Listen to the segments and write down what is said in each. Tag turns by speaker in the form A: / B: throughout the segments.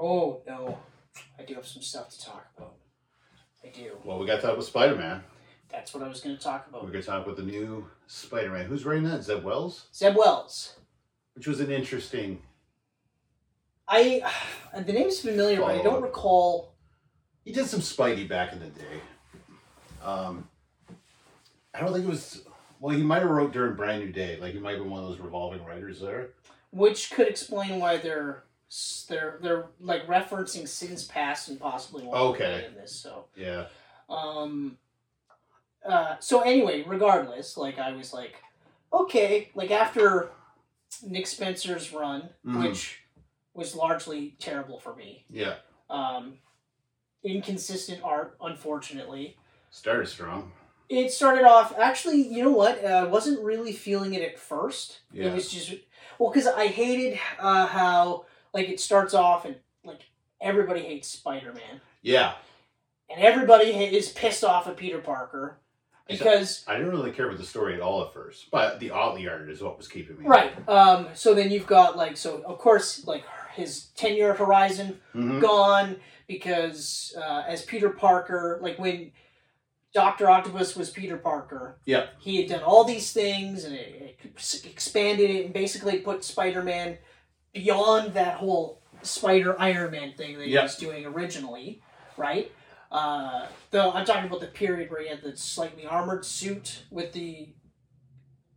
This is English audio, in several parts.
A: Oh, some stuff to talk about. I do.
B: Well, we got to talk about Spider Man.
A: That's what I was going to talk about.
B: We're going to talk about the new Spider Man. Who's writing that? Zeb Wells?
A: Zeb Wells.
B: Which was an interesting.
A: I and the name's familiar, but I
B: Follow-up.
A: don't recall.
B: He did some Spidey back in the day. Um, I don't think it was. Well, he might have wrote during Brand New Day. Like, he might have been one of those revolving writers there.
A: Which could explain why they're s- they're they're like referencing sins past and possibly why
B: Okay.
A: in this. So
B: Yeah.
A: um, uh, so anyway, regardless, like I was like, okay, like after Nick Spencer's run,
B: Mhm.
A: which was largely terrible for me,
B: Yeah.
A: um, inconsistent art, unfortunately.
B: Started strong.
A: It started off actually. You know what? Uh, I wasn't really feeling it at first.
B: Yeah.
A: It was just well, because I hated uh, how like it starts off and like everybody hates Spider Man
B: Yeah.
A: and everybody ha- is pissed off at Peter Parker
B: Is that-
A: because
B: I didn't really care about the story at all at first, but the Otley art is what was keeping me.
A: right. Um. So then you've got like so of course like his ten year horizon
B: Mhm.
A: gone because uh, as Peter Parker, like when Doctor Octopus was Peter Parker,
B: Yeah.
A: he had done all these things and it, it s- expanded it and basically put Spider Man beyond that whole Spider Iron Man thing that he
B: Yeah.
A: was doing originally, right? Uh, though I'm talking about the period where he had the slightly armored suit with the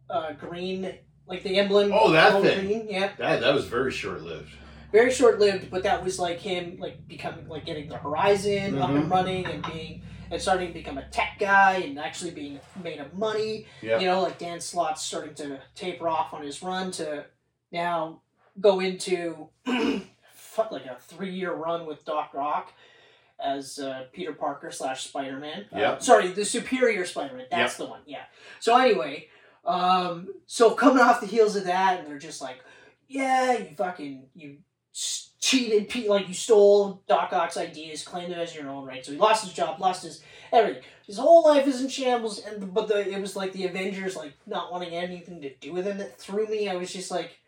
A: uh, green, like the emblem.
B: Oh, that
A: all
B: thing.
A: Green, yeah
B: That, that was very short lived.
A: very short lived, but that was like him like becoming like getting the horizon up and
B: Mhm.
A: running and being and starting to become a tech guy and actually being made of money.
B: Yeah.
A: You know, like Dan Slott's starting to taper off on his run to now go into fuck like a three year run with Doc Rock as uh, Peter Parker slash Spider Man.
B: Yeah.
A: sorry, the Superior Spider Man. That's the one. Yeah. So anyway, um, so coming off the heels of that, and they're just like, yeah, you fucking you s- cheated, Pete, like you stole Doc Ock's ideas, claimed it as your own, right? So he lost his job, lost his everything. His whole life is in shambles, and but the, it was like the Avengers, like not wanting anything to do with him. That threw me. I was just like,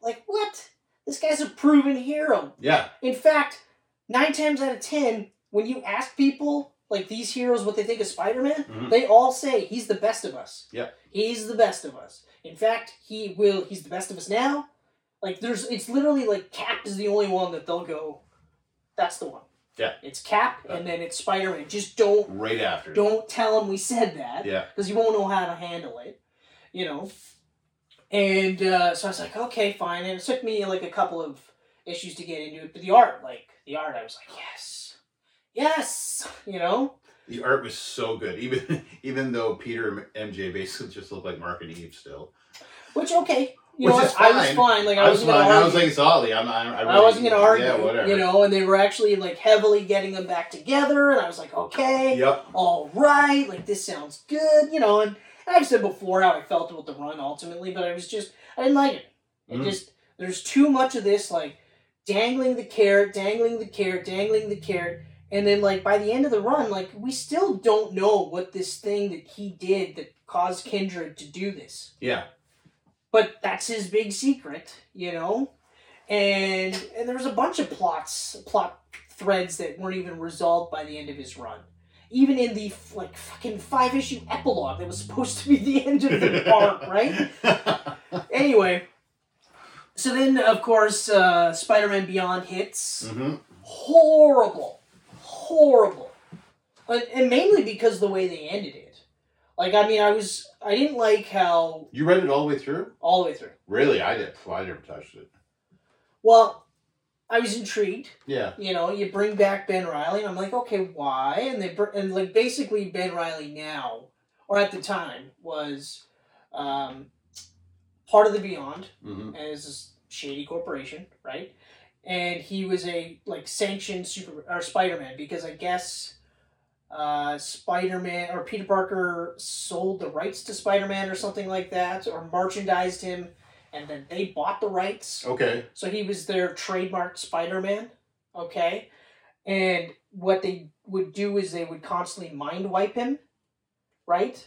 A: like what? This guy's a proven hero.
B: Yeah.
A: In fact, nine times out of ten, when you ask people like these heroes what they think of Spider Man,
B: Mhm.
A: they all say he's the best of us.
B: Yeah.
A: He's the best of us. In fact, he will he's the best of us now. Like there's it's literally like Cap is the only one that they'll go that's the one.
B: Yeah.
A: It's Cap and then it's Spider Man. Just don't
B: Right after.
A: don't tell him we said that
B: Yeah.
A: because you won't know how to handle it, you know. And uh, so I was like, okay, fine. And it took me like a couple of issues to get into it, but the art, like the art, I was like, yes, yes, you know.
B: The art was so good, even even though Peter and MJ basically just looked like Mark and Eve still.
A: Which okay, you
B: Which
A: know,
B: is
A: what? I was
B: fine.
A: fine. Like I,
B: I was
A: wasn't gonna
B: fine.
A: argue.
B: I was like, it's Ollie. I'm, I'm, I,
A: I wasn't gonna argue,
B: Yeah, whatever.
A: you know, and they were actually like heavily getting them back together, and I was like, okay,
B: Yep.
A: all right, like this sounds good, you know. And, and I've said before how I felt about the run ultimately, but I was just I didn't like it. It
B: Mhm.
A: just there's too much of this like dangling the carrot, dangling the carrot, dangling the carrot, and then like by the end of the run, like we still don't know what this thing that he did that caused Kindred to do this
B: Yeah.
A: but that's his big secret, you know. And and there was a bunch of plots, plot threads that weren't even resolved by the end of his run. Even in the like fucking five issue epilogue that was supposed to be the end of the arc, right? Anyway, so then of course uh, Spider-Man Beyond hits
B: hmm
A: horrible, horrible, and, and mainly because the way they ended it. Like I mean, I was I didn't like how
B: You read it all the way through?
A: all the way through.
B: Really? I did. I never touched it.
A: Well, I was intrigued.
B: Yeah.
A: You know, you bring back Ben Riley, and I'm like, okay, why? And they br- and like basically Ben Riley now, or at the time, was um, part of the Beyond
B: hmm
A: as this shady corporation, right? And he was a like sanctioned super or Spider Man because I guess uh, Spider Man or Peter Parker sold the rights to Spider Man or something like that, or merchandised him, and then they bought the rights.
B: Okay.
A: So he was their trademark Spider Man, okay? And what they would do is they would constantly mind wipe him, right?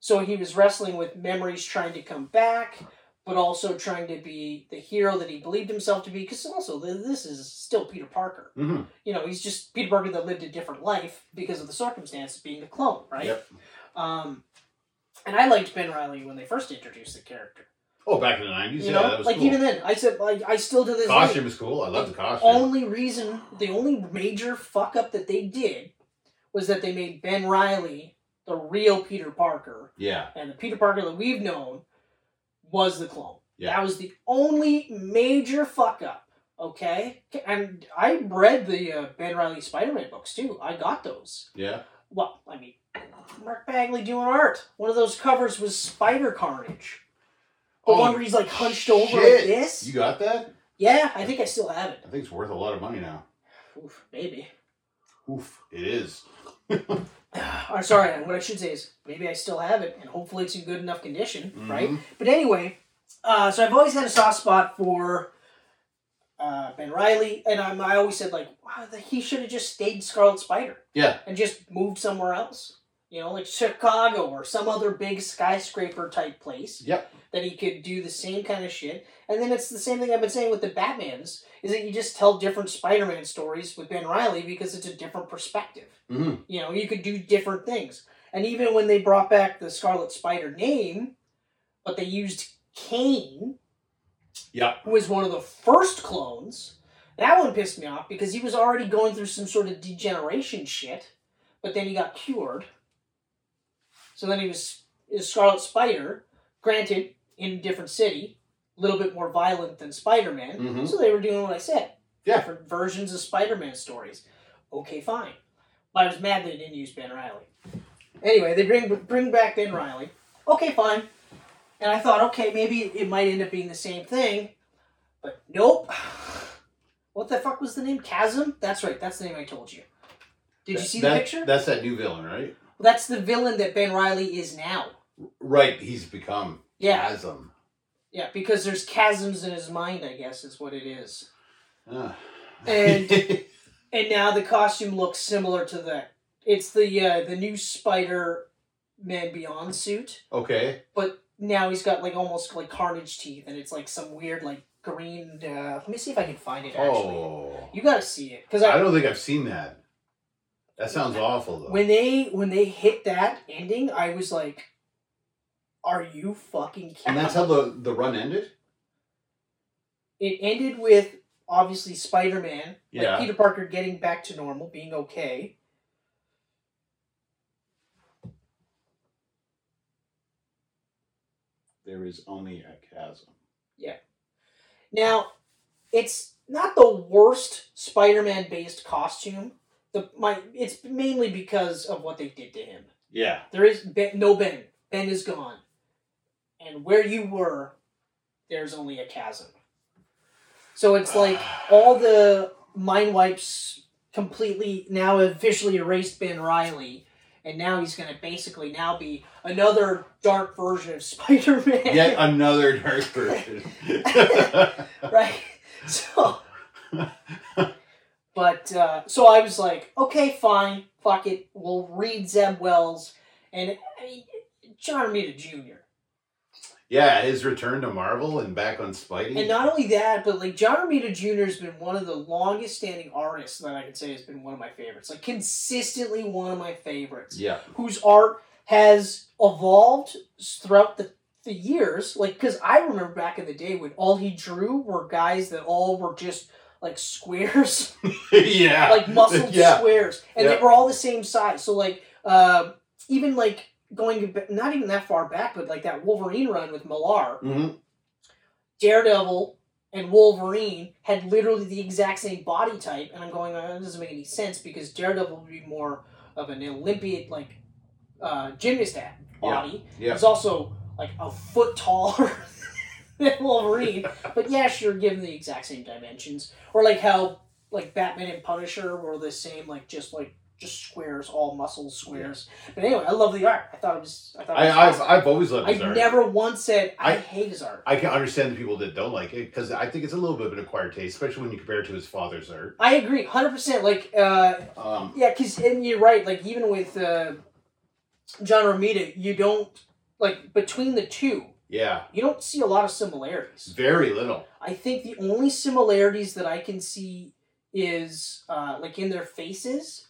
A: So he was wrestling with memories trying to come back, but also trying to be the hero that he believed himself to be. Because also, th- this is still Peter Parker.
B: hmm
A: You know, he's just Peter Parker that lived a different life because of the circumstances being the clone, right?
B: Yep.
A: Um, and I liked Ben Riley when they first introduced the character.
B: Oh, back in the nineties,
A: You
B: yeah,
A: know,
B: that was
A: like
B: cool.
A: even then, I said like I still to this day,
B: costume was cool. I love the costume.
A: only reason, the only major fuck up that they did was that they made Ben Riley the real Peter Parker,
B: yeah,
A: and the Peter Parker that we've known was the clone.
B: Yeah.
A: That was the only major fuck up. Okay, and I read the uh, Ben Riley Spider Man books too. I got those.
B: yeah.
A: Well, I mean, Mark Bagley doing art. One of those covers was Spider Carnage. The
B: Oh,
A: one where he's like hunched over like
B: shit.
A: this.
B: You got that?
A: Yeah, I think I still have it.
B: I think it's worth a lot of money now.
A: Oof, maybe.
B: Oof, it is.
A: I'm sorry. What I should say is maybe I still have it, and hopefully it's in good enough condition, right?
B: Mhm.
A: But anyway, uh, so I've always had a soft spot for uh, Ben Riley, and I'm, I always said like, wow, that he should have just stayed Scarlet Spider,
B: Yeah.
A: and just moved somewhere else, you know, like Chicago or some other big skyscraper type place
B: Yep.
A: that he could do the same kind of shit. And then it's the same thing I've been saying with the Batman's is that you just tell different Spider-Man stories with Ben Riley because it's a different perspective.
B: hmm
A: You know, you could do different things. And even when they brought back the Scarlet Spider name, but they used Kane,
B: Yeah.
A: who was one of the first clones, that one pissed me off because he was already going through some sort of degeneration shit, but then he got cured. So then he was is Scarlet Spider, granted, in a different city, a little bit more violent than Spider Man.
B: Mhm.
A: So they were doing what I said.
B: Yeah.
A: Different versions of Spider Man stories. Okay, fine. But I was mad they didn't use Ben Riley. Anyway, they bring bring back Ben Riley. Okay, fine. And I thought, okay, maybe it might end up being the same thing. But nope. What the fuck was the name? Chasm? That's right, that's the name I told you. Did you see the
B: That-
A: picture?
B: That's that new villain, right?
A: That's the villain that Ben Riley is now.
B: Right. He's become
A: Yeah,
B: chasm.
A: yeah, because there's chasms in his mind, I guess, is what it is.
B: Ah.
A: And- And now the costume looks similar to that. It's the uh, the new Spider Man Beyond suit,
B: okay.
A: but now he's got like almost like carnage teeth, and it's like some weird like green. Uh, let me see if I can find it. Actually,
B: Oh,
A: you gotta see it because
B: I don't think I've seen that. That sounds awful though.
A: when they when they hit that ending, I was like, "Are you fucking kidding?"
B: and that's how the the run ended.
A: it ended with obviously Spider Man,
B: Yeah.
A: like Peter Parker getting back to normal, being okay.
B: There is only a chasm.
A: Now, it's not the worst Spider Man based costume. The my it's mainly because of what they did to him.
B: Yeah.
A: There is ben, no Ben. Ben is gone, and where you were, there's only a chasm. So it's like all the mind wipes completely now have visually erased Ben Riley, and now he's gonna basically now be another dark version of Spider Man.
B: Yet another dark version.
A: right? So, but uh, so I was like, okay, fine, fuck it, we'll read Zeb Wells, and I mean, John Romita Jr.
B: yeah, his return to Marvel and back on Spidey.
A: And not only that, but like John Romita Jr. has been one of the longest standing artists that I can say has been one of my favorites, like consistently one of my favorites,
B: yeah.
A: whose art has evolved throughout the the years, like, because I remember back in the day when all he drew were guys that all were just like squares
B: yeah.
A: like muscled
B: Yeah.
A: squares, and
B: Yeah.
A: they were all the same size. So like, uh, even like going ba- not even that far back, but like that Wolverine run with Millar,
B: hmm
A: Daredevil and Wolverine had literally the exact same body type, and I'm going, oh, that doesn't make any sense because Daredevil would be more of an Olympian like uh, gymnast at body.
B: Yeah.
A: He's also like a foot taller. than Wolverine, but yeah, sure, given the exact same dimensions, or like how like Batman and Punisher were the same, like just like just squares, all muscle squares. But anyway, I love the art. I thought it was. I thought it
B: I,
A: was
B: I've,
A: awesome.
B: I've always loved his
A: I've
B: art.
A: never once said I,
B: I-
A: hate his art.
B: I can understand the people that don't like it because I think it's a little bit of an acquired taste, especially when you compare it to his father's art.
A: I agree, hundred percent. Like, uh,
B: Um,
A: yeah, because and you're right. Like, even with uh, John Romita, you don't like between the two,
B: Yeah.
A: You don't see a lot of similarities.
B: Very little.
A: I think the only similarities that I can see is uh, like in their faces.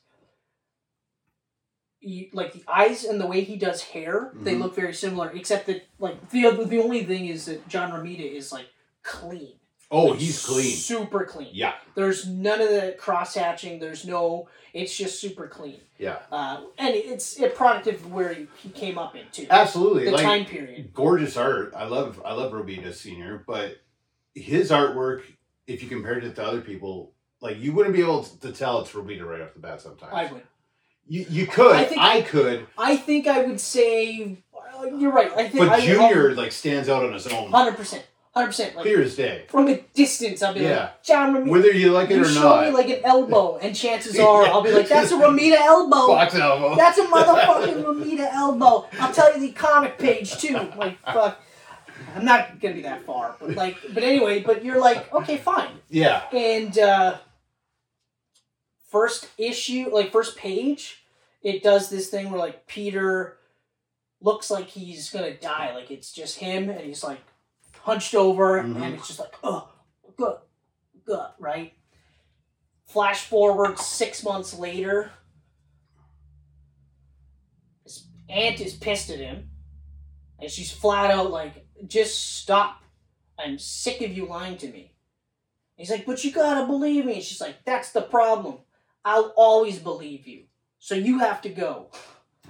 A: You, like the eyes and the way he does hair, they
B: Mhm.
A: look very similar. Except that, like the other- the only thing is that John Romita is like clean.
B: Oh,
A: Like,
B: he's clean.
A: super clean.
B: Yeah.
A: There's none of the cross hatching. There's no. It's just super clean.
B: Yeah.
A: Uh, and it's a product of where he, he came up in too.
B: Absolutely.
A: The
B: like
A: time period.
B: gorgeous art. I love I love Robita Senior, but his artwork, if you compared it to other people, like you wouldn't be able to tell it's Robita right off the bat. Sometimes
A: I would.
B: you you could I,
A: I think-
B: could,
A: I think I would say uh, you're right. I think
B: but
A: I,
B: Junior like stands out on his own,
A: Hundred percent. Hundred percent. Like
B: clear as day.
A: from a distance, I'll be
B: Yeah.
A: like John Ramita.
B: Whether you like it
A: you
B: or
A: show
B: not,
A: me like an elbow, and chances are I'll be like, "That's a Ramita elbow."
B: box elbow.
A: That's a motherfucking Ramita elbow. I'll tell you the comic page too. Like fuck. I'm not gonna be that far, but like, but anyway, but you're like, okay, fine.
B: yeah,
A: And uh, first issue, like first page, it does this thing where like Peter looks like he's gonna die, like it's just him, and he's like hunched over,
B: Mhm.
A: and it's just like, oh, good, good, right. Flash forward six months later, his aunt is pissed at him, and she's flat out like, just stop. I'm sick of you lying to me. He's like, but you gotta believe me. And she's like, that's the problem. I'll always believe you. So you have to go.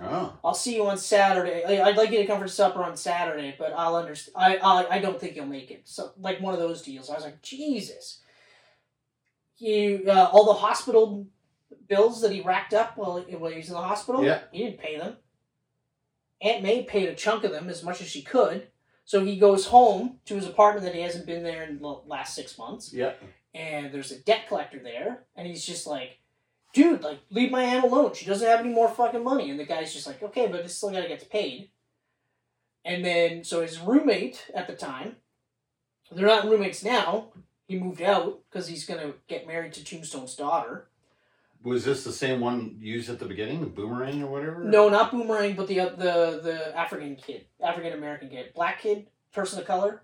B: oh,
A: I'll see you on Saturday. I- I'd like you to come for supper on Saturday, but I'll understand. I, I I don't think you'll make it. So like one of those deals. I was like, Jesus. You uh, all the hospital bills that he racked up while while he was in the hospital.
B: Yeah.
A: he didn't pay them. Aunt May paid a chunk of them as much as she could. So he goes home to his apartment that he hasn't been there in the last six months
B: yeah,
A: and there's a debt collector there, and he's just like, dude, like, leave my aunt alone. She doesn't have any more fucking money. And the guy's just like, okay, but it's still gotta get paid. And then, so his roommate at the time, they're not roommates now. He moved out because he's gonna get married to Tombstone's daughter.
B: was this the same one used at the beginning, the boomerang or whatever?
A: No, not Boomerang, but the oth- the the African kid, African American kid, black kid, person of color,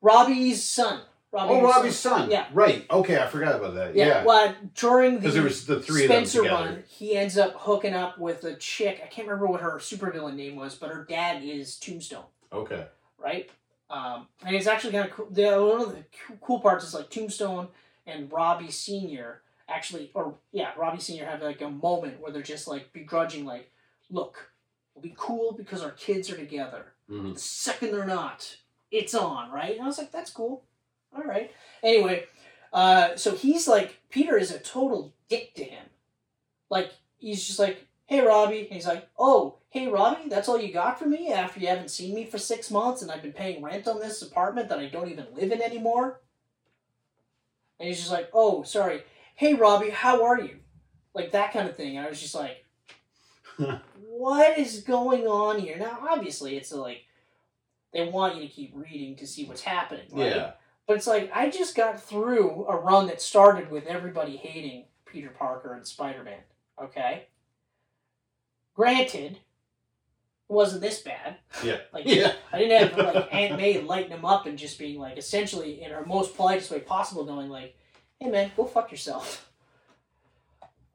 A: Robbie's son. Robbie
B: Oh,
A: Hughes'
B: Robbie's son.
A: Yeah.
B: Right. Okay, I forgot about that.
A: Yeah.
B: Yeah.
A: Well, during the
B: Because there was the three
A: Spencer
B: of them together.
A: run, he ends up hooking up with a chick. I can't remember what her supervillain name was, but her dad is Tombstone,
B: Okay.
A: right? Um, and it's actually kind of cool. The, one of the coo- cool parts is like Tombstone and Robbie Senior actually, or yeah, Robbie Senior have like a moment where they're just like begrudging, like, "Look, we'll be cool because our kids are together."
B: Mhm.
A: The second they're not, it's on, right? And I was like, that's cool. All right. Anyway, uh, so he's like, Peter is a total dick to him. Like, he's just like, hey, Robbie. And he's like, oh, hey, Robbie, that's all you got for me after you haven't seen me for six months and I've been paying rent on this apartment that I don't even live in anymore? And he's just like, oh, sorry. Hey, Robbie, how are you? Like, that kind of thing. And I was just like, what is going on here? Now, obviously, it's like, they want you to keep reading to see what's happening. right?
B: Yeah.
A: But it's like I just got through a run that started with everybody hating Peter Parker and Spider Man. Okay. Granted, it wasn't this bad.
B: Yeah.
A: Like
B: Yeah.
A: I didn't have like Aunt May lighting him up and just being like essentially in her most politest way possible, going like, "Hey man, go fuck yourself.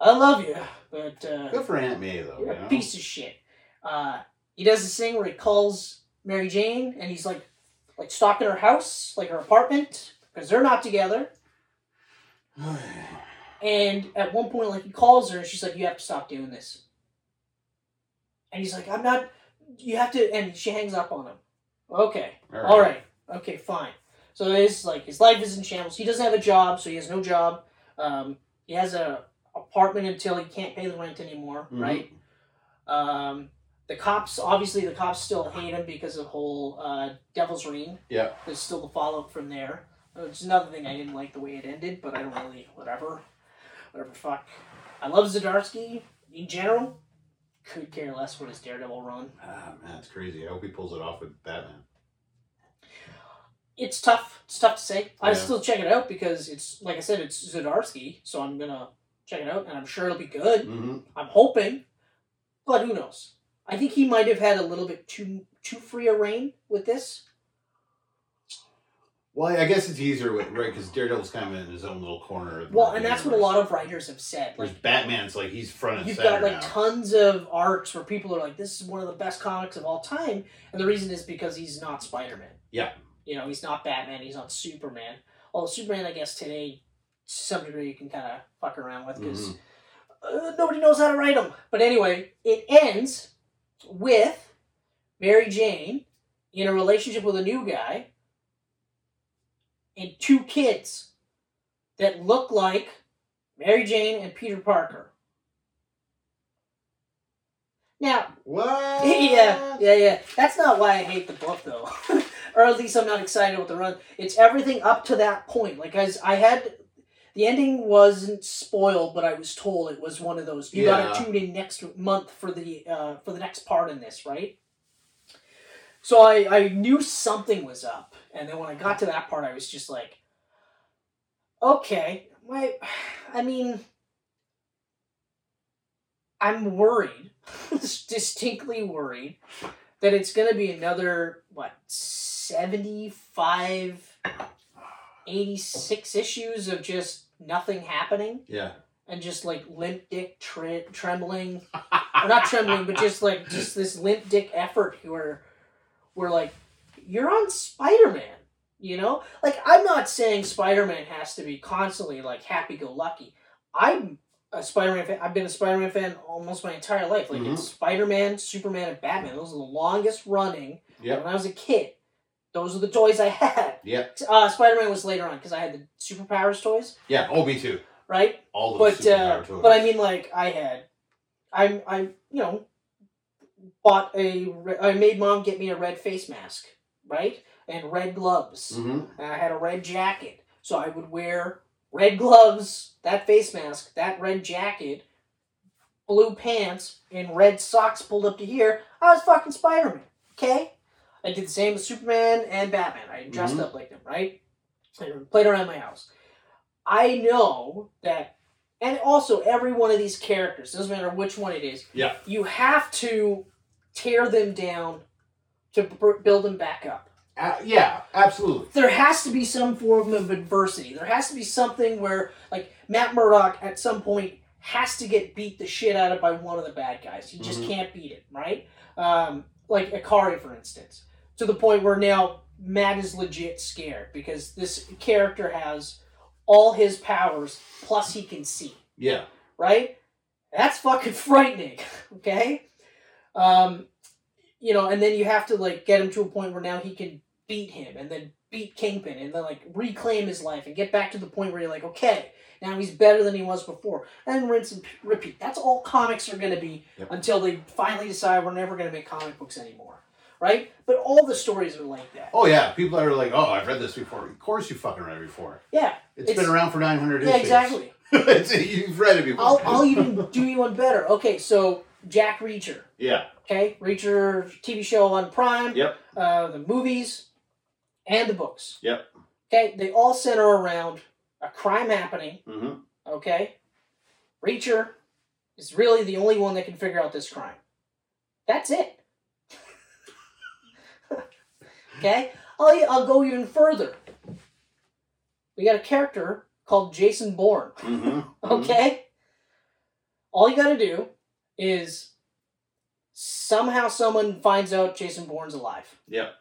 A: I love you, but uh,
B: Good for Aunt May though.
A: you're
B: you
A: a
B: know?
A: piece of shit. Uh, he does this thing where he calls Mary Jane and he's like, like stalking her house, like her apartment, because they're not together. And at one point, like he calls her and she's like, "You have to stop doing this." And he's like, "I'm not. You have to." And she hangs up on him. Okay. All right. Okay, fine. So his like his life is in shambles. He doesn't have a job, so he has no job. Um, he has a apartment until he can't pay the rent anymore,
B: Mhm.
A: right? Um, the cops obviously the cops still hate him because of the whole uh, Devil's Ring.
B: Yeah.
A: There's still the fallout from there. It's another thing I didn't like the way it ended, but I don't really whatever, whatever. Fuck. I love Zdarsky in general. Could care less what his Daredevil run.
B: Ah, man, it's crazy. I hope he pulls it off with Batman.
A: it's tough. It's tough to say. I
B: Yeah.
A: still check it out because it's like I said, it's Zdarsky, so I'm gonna check it out, and I'm sure it'll be good.
B: Mm-hmm.
A: I'm hoping, but who knows? I think he might have had a little bit too too free a reign with this.
B: Well, I guess it's easier with right because Daredevil's kind of in his own little corner. of the
A: Well, and that's what a
B: universe.
A: lot of writers have said. Like
B: Whereas Batman's like he's front and
A: you've
B: center
A: got like
B: now.
A: tons of arcs where people are like, "This is one of the best comics of all time," and the reason is because he's not Spider Man.
B: Yeah.
A: you know, he's not Batman. He's not Superman. Although Superman, I guess today, to some degree, you can kind of fuck around with because
B: Mhm.
A: uh, nobody knows how to write them. But anyway, it ends with Mary Jane in a relationship with a new guy and two kids that look like Mary Jane and Peter Parker. Now,
B: What?
A: yeah, yeah, yeah. That's not why I hate the book, though. or at least I'm not excited with the run. It's everything up to that point. Like, I, I had. The ending wasn't spoiled, but I was told it was one of those. You gotta
B: Yeah.
A: tune in next month for the uh, for the next part in this, right? So I, I knew something was up, and then when I got to that part, I was just like, okay, my, I mean, I'm worried, distinctly worried, that it's going to be another, what, 75, 86 issues of just nothing happening
B: Yeah.
A: and just like limp dick tre- trembling. or not trembling, but just like just this limp dick effort where we're like, you're on Spider Man. You know, like I'm not saying Spider Man has to be constantly like happy go lucky. I'm a Spider Man fan. I've been a Spider Man fan almost my entire life. Like
B: Mhm.
A: it's Spider Man, Superman, and Batman. Those are the longest running.
B: Yep.
A: When I was a kid, those are the toys I had.
B: Yep.
A: Uh, Spider Man was later on because I had the superpowers toys,
B: Yeah. Oh, me too.
A: right?
B: All of
A: but
B: the superpower
A: uh,
B: toys.
A: but I mean, like I had, I I you know, bought a re- I made mom get me a red face mask, right, and red gloves,
B: Mhm.
A: and I had a red jacket, so I would wear red gloves, that face mask, that red jacket, blue pants, and red socks pulled up to here. I was fucking Spider Man, okay. I did the same with Superman and Batman. I dressed
B: Mhm.
A: up like them, right? And played around my house. I know that, and also every one of these characters doesn't matter which one it is.
B: Yeah.
A: you have to tear them down to b- build them back up.
B: Uh, yeah, absolutely.
A: There has to be some form of adversity. There has to be something where, like Matt Murdock, at some point has to get beat the shit out of by one of the bad guys. He just
B: Mhm.
A: can't beat it, right? Um, like Akari, for instance, to the point where now Matt is legit scared because this character has all his powers plus he can see
B: Yeah.
A: right? That's fucking frightening, okay? Um, you know, and then you have to like get him to a point where now he can beat him and then beat Kingpin and then like reclaim his life and get back to the point where you're like, okay, now he's better than he was before. And rinse and p- repeat. That's all comics are going to be
B: Yep.
A: until they finally decide we're never going to make comic books anymore, right? But all the stories are like that.
B: Oh yeah. People are like, oh, I've read this before. Of course you fucking read it before.
A: Yeah,
B: it's
A: It's-
B: been around for nine hundred.
A: yeah, exactly.
B: it's, you've read it before.
A: I'll, I'll even do you one better. Okay, so Jack Reacher.
B: yeah.
A: Okay, Reacher TV show on Prime.
B: Yep.
A: Uh, the movies and the books.
B: Yep.
A: Okay, they all center around a crime happening.
B: Mm-hmm.
A: Okay, Reacher is really the only one that can figure out this crime. That's it. okay, I'll I'll go even further. We got a character called Jason Bourne.
B: Mm-hmm.
A: Okay? All you gotta do is somehow someone finds out Jason Bourne's alive.
B: Yep.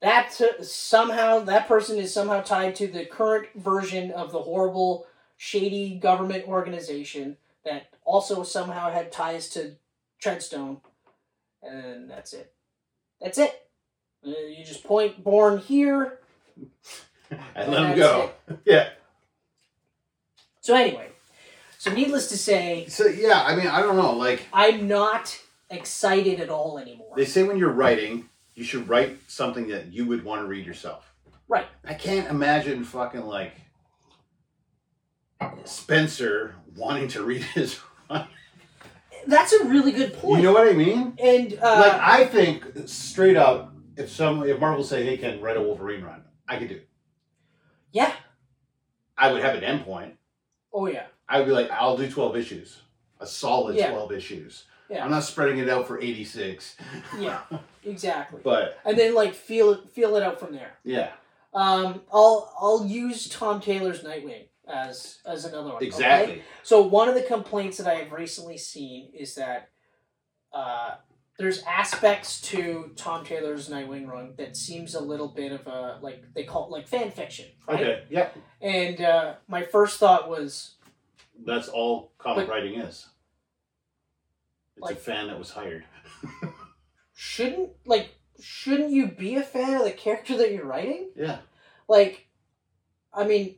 A: That t- somehow that person is somehow tied to the current version of the horrible, shady government organization that also somehow had ties to Treadstone, and that's it. That's it. Uh, You just point Bourne here,
B: And let
A: That's
B: him go. Yeah.
A: So anyway, so needless to say,
B: So yeah, I mean, I don't know. Like
A: I'm not excited at all anymore.
B: they say, when you're writing, you should write something that you would want to read yourself.
A: Right.
B: I can't imagine fucking like Spencer wanting to read his.
A: That's a really good
B: You
A: point.
B: know what I mean?
A: and
B: like
A: uh,
B: I think straight up, if some if Marvel say, "Hey, Ken, write a Wolverine run," I could do. it.
A: yeah,
B: I would have an endpoint.
A: oh yeah,
B: I would be like, "I'll do twelve issues, a solid
A: Yeah.
B: twelve issues."
A: Yeah.
B: I'm not spreading it out for 86.
A: Yeah. Exactly.
B: But
A: and then like feel it feel it out from there.
B: yeah,
A: Um, I'll I'll use Tom Taylor's Nightwing as as another one. okay?
B: exactly.
A: So one of the complaints that I have recently seen is that uh, there's aspects to Tom Taylor's Nightwing run that seems a little bit of a like they call it like fan fiction, right?
B: Okay. Yep.
A: And uh, my first thought was
B: That's all comic
A: But-
B: writing is. It's
A: Like-
B: a fan that was hired.
A: shouldn't like shouldn't you be a fan of the character that you're writing?
B: Yeah.
A: Like, I mean,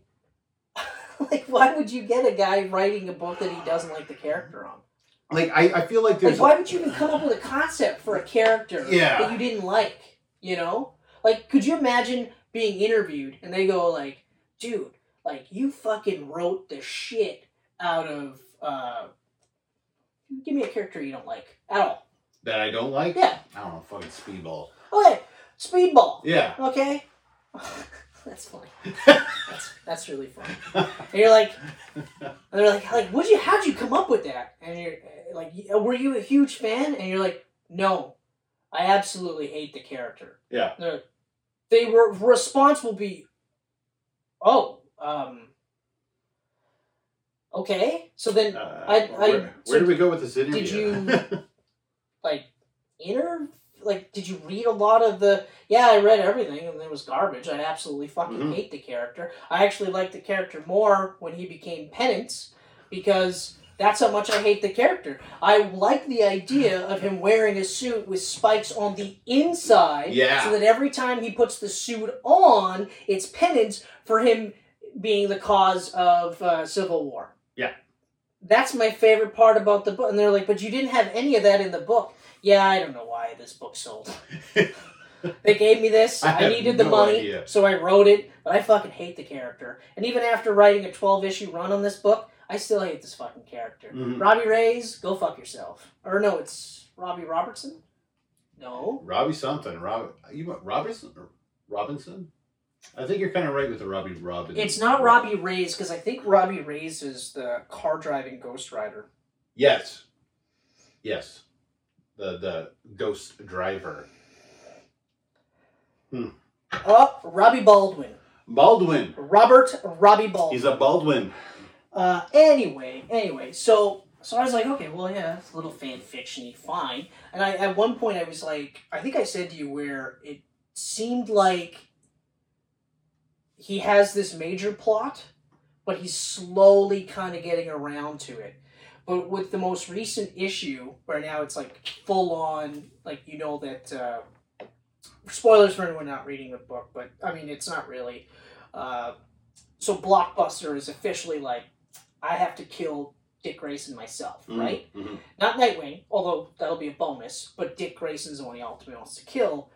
A: like why would you get a guy writing a book that he doesn't like the character on?
B: Like I, I feel like
A: Like,
B: there's
A: why would you even come up with a concept for a character
B: Yeah.
A: that you didn't like? You know, like, could you imagine being interviewed and they go like, "Dude, like you fucking wrote the shit out of." uh Give me a character you don't like at all.
B: that I don't like.
A: Yeah.
B: I don't know, fucking speedball.
A: Okay, Speedball.
B: Yeah.
A: Okay, that's funny. that's, that's really funny. And you're like, and they're like, like, would you? How'd you come up with that? And you're uh, like, y- were you a huge fan? And you're like, no, I absolutely hate the character.
B: Yeah.
A: They're like, they were response will be, oh, um, okay. So then,
B: Uh,
A: I- I-
B: where, where
A: so
B: do we go with this interview?
A: did you- like, inner. Like, did you read a lot of the? Yeah, I read everything, and it was garbage. I absolutely fucking
B: Mhm.
A: hate the character. I actually liked the character more when he became Penance, because that's how much I hate the character. I like the idea of him wearing a suit with spikes on the inside,
B: Yeah.
A: so that every time he puts the suit on, it's Penance for him being the cause of uh, civil war.
B: Yeah.
A: That's my favorite part about the book. And they're like, but you didn't have any of that in the book. Yeah, I don't know why this book sold. they gave me this.
B: I
A: I,
B: have
A: needed the
B: no
A: money,
B: idea.
A: so I wrote it. But I fucking hate the character. And even after writing a 12 issue run on this book, I still hate this fucking character.
B: Mhm.
A: Robbie Reyes, go fuck yourself. Or no, it's Robbie Robertson? No.
B: Robbie something. Rob you want Robinson or Robinson? I think you're kind of right with the Robbie Robinson.
A: It's not Robbie Reyes because I think Robbie Reyes is the car driving Ghost Rider.
B: Yes. Yes. The the ghost driver.
A: Oh, Robbie Baldwin.
B: Baldwin.
A: Robert Robbie Baldwin.
B: He's a Baldwin.
A: Uh, anyway, anyway, so so I was like, okay, well, yeah, it's a little fan fictiony, fine. And I at one point I was like, I think I said to you where it seemed like he has this major plot, but he's slowly kind of getting around to it. But with the most recent issue, where now it's like full on, like you know that. Uh, spoilers for anyone not reading the book, but I mean it's not really. Uh, so Blockbuster is officially like, I have to kill Dick Grayson myself,
B: Mhm,
A: right?
B: mhm.
A: not Nightwing, although that'll be a bonus, but Dick Grayson's the one he ultimately wants to kill.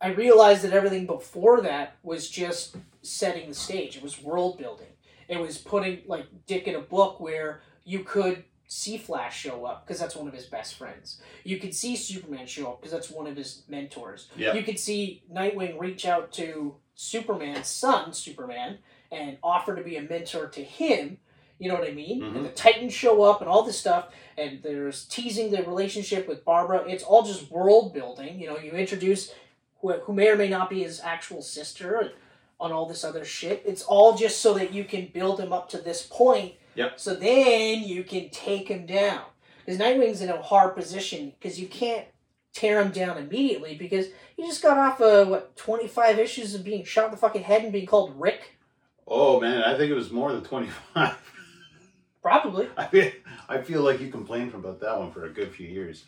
A: I realized that everything before that was just setting the stage. It was world building. It was putting like Dick in a book where you could see Flash show up because that's one of his best friends. You could see Superman show up because that's one of his mentors.
B: Yeah.
A: You could see Nightwing reach out to Superman's son, Superman, and offer to be a mentor to him. You know what I mean?
B: Mhm.
A: And the Titans show up and all this stuff, and there's teasing the relationship with Barbara. It's all just world building. You know, you introduce who, who may or may not be his actual sister and on all this other shit. It's all just so that you can build him up to this point.
B: Yep.
A: So then you can take him down. Because Nightwing's in a hard position because you can't tear him down immediately because he just got off uh, what twenty five issues of being shot in the fucking head and being called Rick.
B: Oh man, I think it was more than twenty five.
A: Probably.
B: I feel, I feel like you complained about that one for a good few years.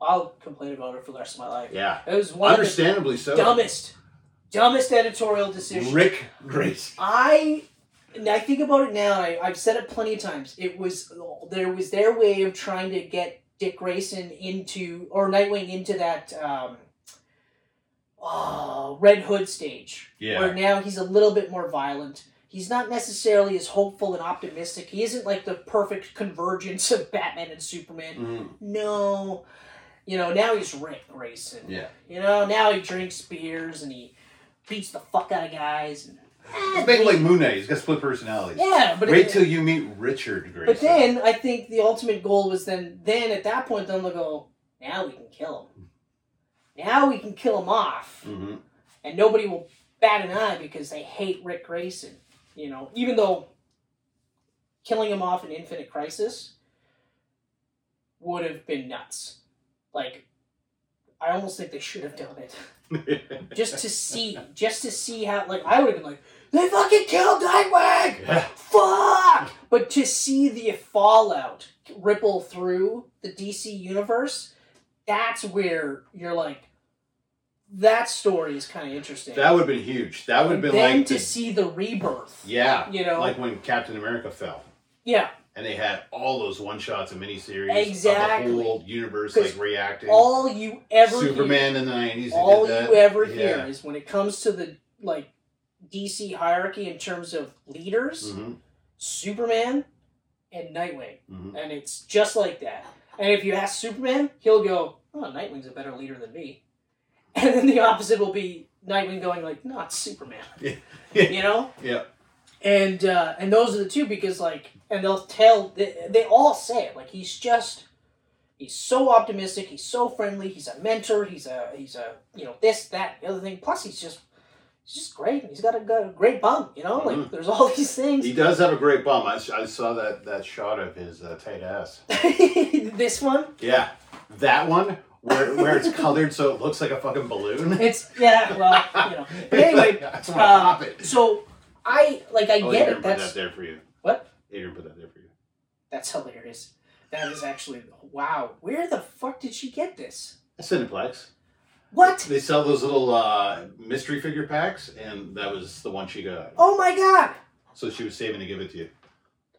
A: I'll complain about it for the rest of my life.
B: Yeah.
A: It was one of the
B: Understandably so.
A: dumbest, dumbest editorial decisions.
B: Rick Grace.
A: I and I think about it now. And I, I've said it plenty of times. It was there was their way of trying to get Dick Grayson into or Nightwing into that um, oh, Red Hood stage, where now he's a little bit more violent. He's not necessarily as hopeful and optimistic. He isn't like the perfect convergence of Batman and Superman.
B: Mhm.
A: No, you know now he's Rick Grayson.
B: Yeah.
A: You know, now he drinks beers and he beats the fuck out of guys and
B: It's maybe like Moon Knight. He's got split personalities.
A: Eh, Yeah, but
B: Wait
A: it-
B: till you meet Richard Grayson.
A: But then I think the ultimate goal was then then at that point then they'll go, now we can kill him. Now we can kill him off.
B: Mhm.
A: And nobody will bat an eye because they hate Rick Grayson. You know, even though killing him off in Infinite Crisis would have been nuts. Like I almost think they should have done it.
B: Mm-hmm.
A: just to see just to see how like I would have been like, they fucking killed Nightwing!
B: Yeah.
A: fuck but to see the fallout ripple through the dc universe that's where you're like that story is kind of interesting
B: That would have been huge. That would have been
A: then
B: like
A: to
B: the-
A: see the rebirth
B: yeah,
A: you know
B: like when Captain America fell,
A: yeah
B: and they had all those one shots and miniseries of
A: Exactly.
B: the whole universe
A: 'Cause
B: like reacting.
A: all you ever
B: Superman in the nineties.
A: hear, all
B: did that.
A: you ever
B: yeah.
A: hear is when it comes to the like dc hierarchy in terms of leaders
B: hmm
A: superman and nightwing
B: hmm
A: And it's just like that. And if you ask Superman, he'll go, Oh, Nightwing's a better leader than me. And then the opposite will be Nightwing going like, No, it's Superman.
B: Yeah.
A: you know?
B: Yeah.
A: And uh, and those are the two because like and they'll tell they, they all say it. Like he's just he's so optimistic, he's so friendly, he's a mentor, he's a he's a you know, this, that, the other thing. Plus he's just he's just great. He's got a, got a great bum, you know? Like
B: Mhm.
A: there's all these things.
B: He does have a great bum. I, I saw that that shot of his uh, tight ass.
A: this one
B: Yeah, that one where where it's colored so it looks like a fucking balloon.
A: It's yeah, well, you know. But anyway,
B: I just want to
A: uh,
B: pop it.
A: so I like I
B: oh,
A: get
B: Adrian
A: it.
B: put
A: That's
B: that there for you.
A: What?
B: Adrian put that there for you.
A: that's hilarious. That is actually wow. Where the fuck did she get this?
B: Cineplex.
A: What?
B: They sell those little uh, mystery figure packs, and that was the one she got.
A: Oh my god!
B: So she was saving to give it to you.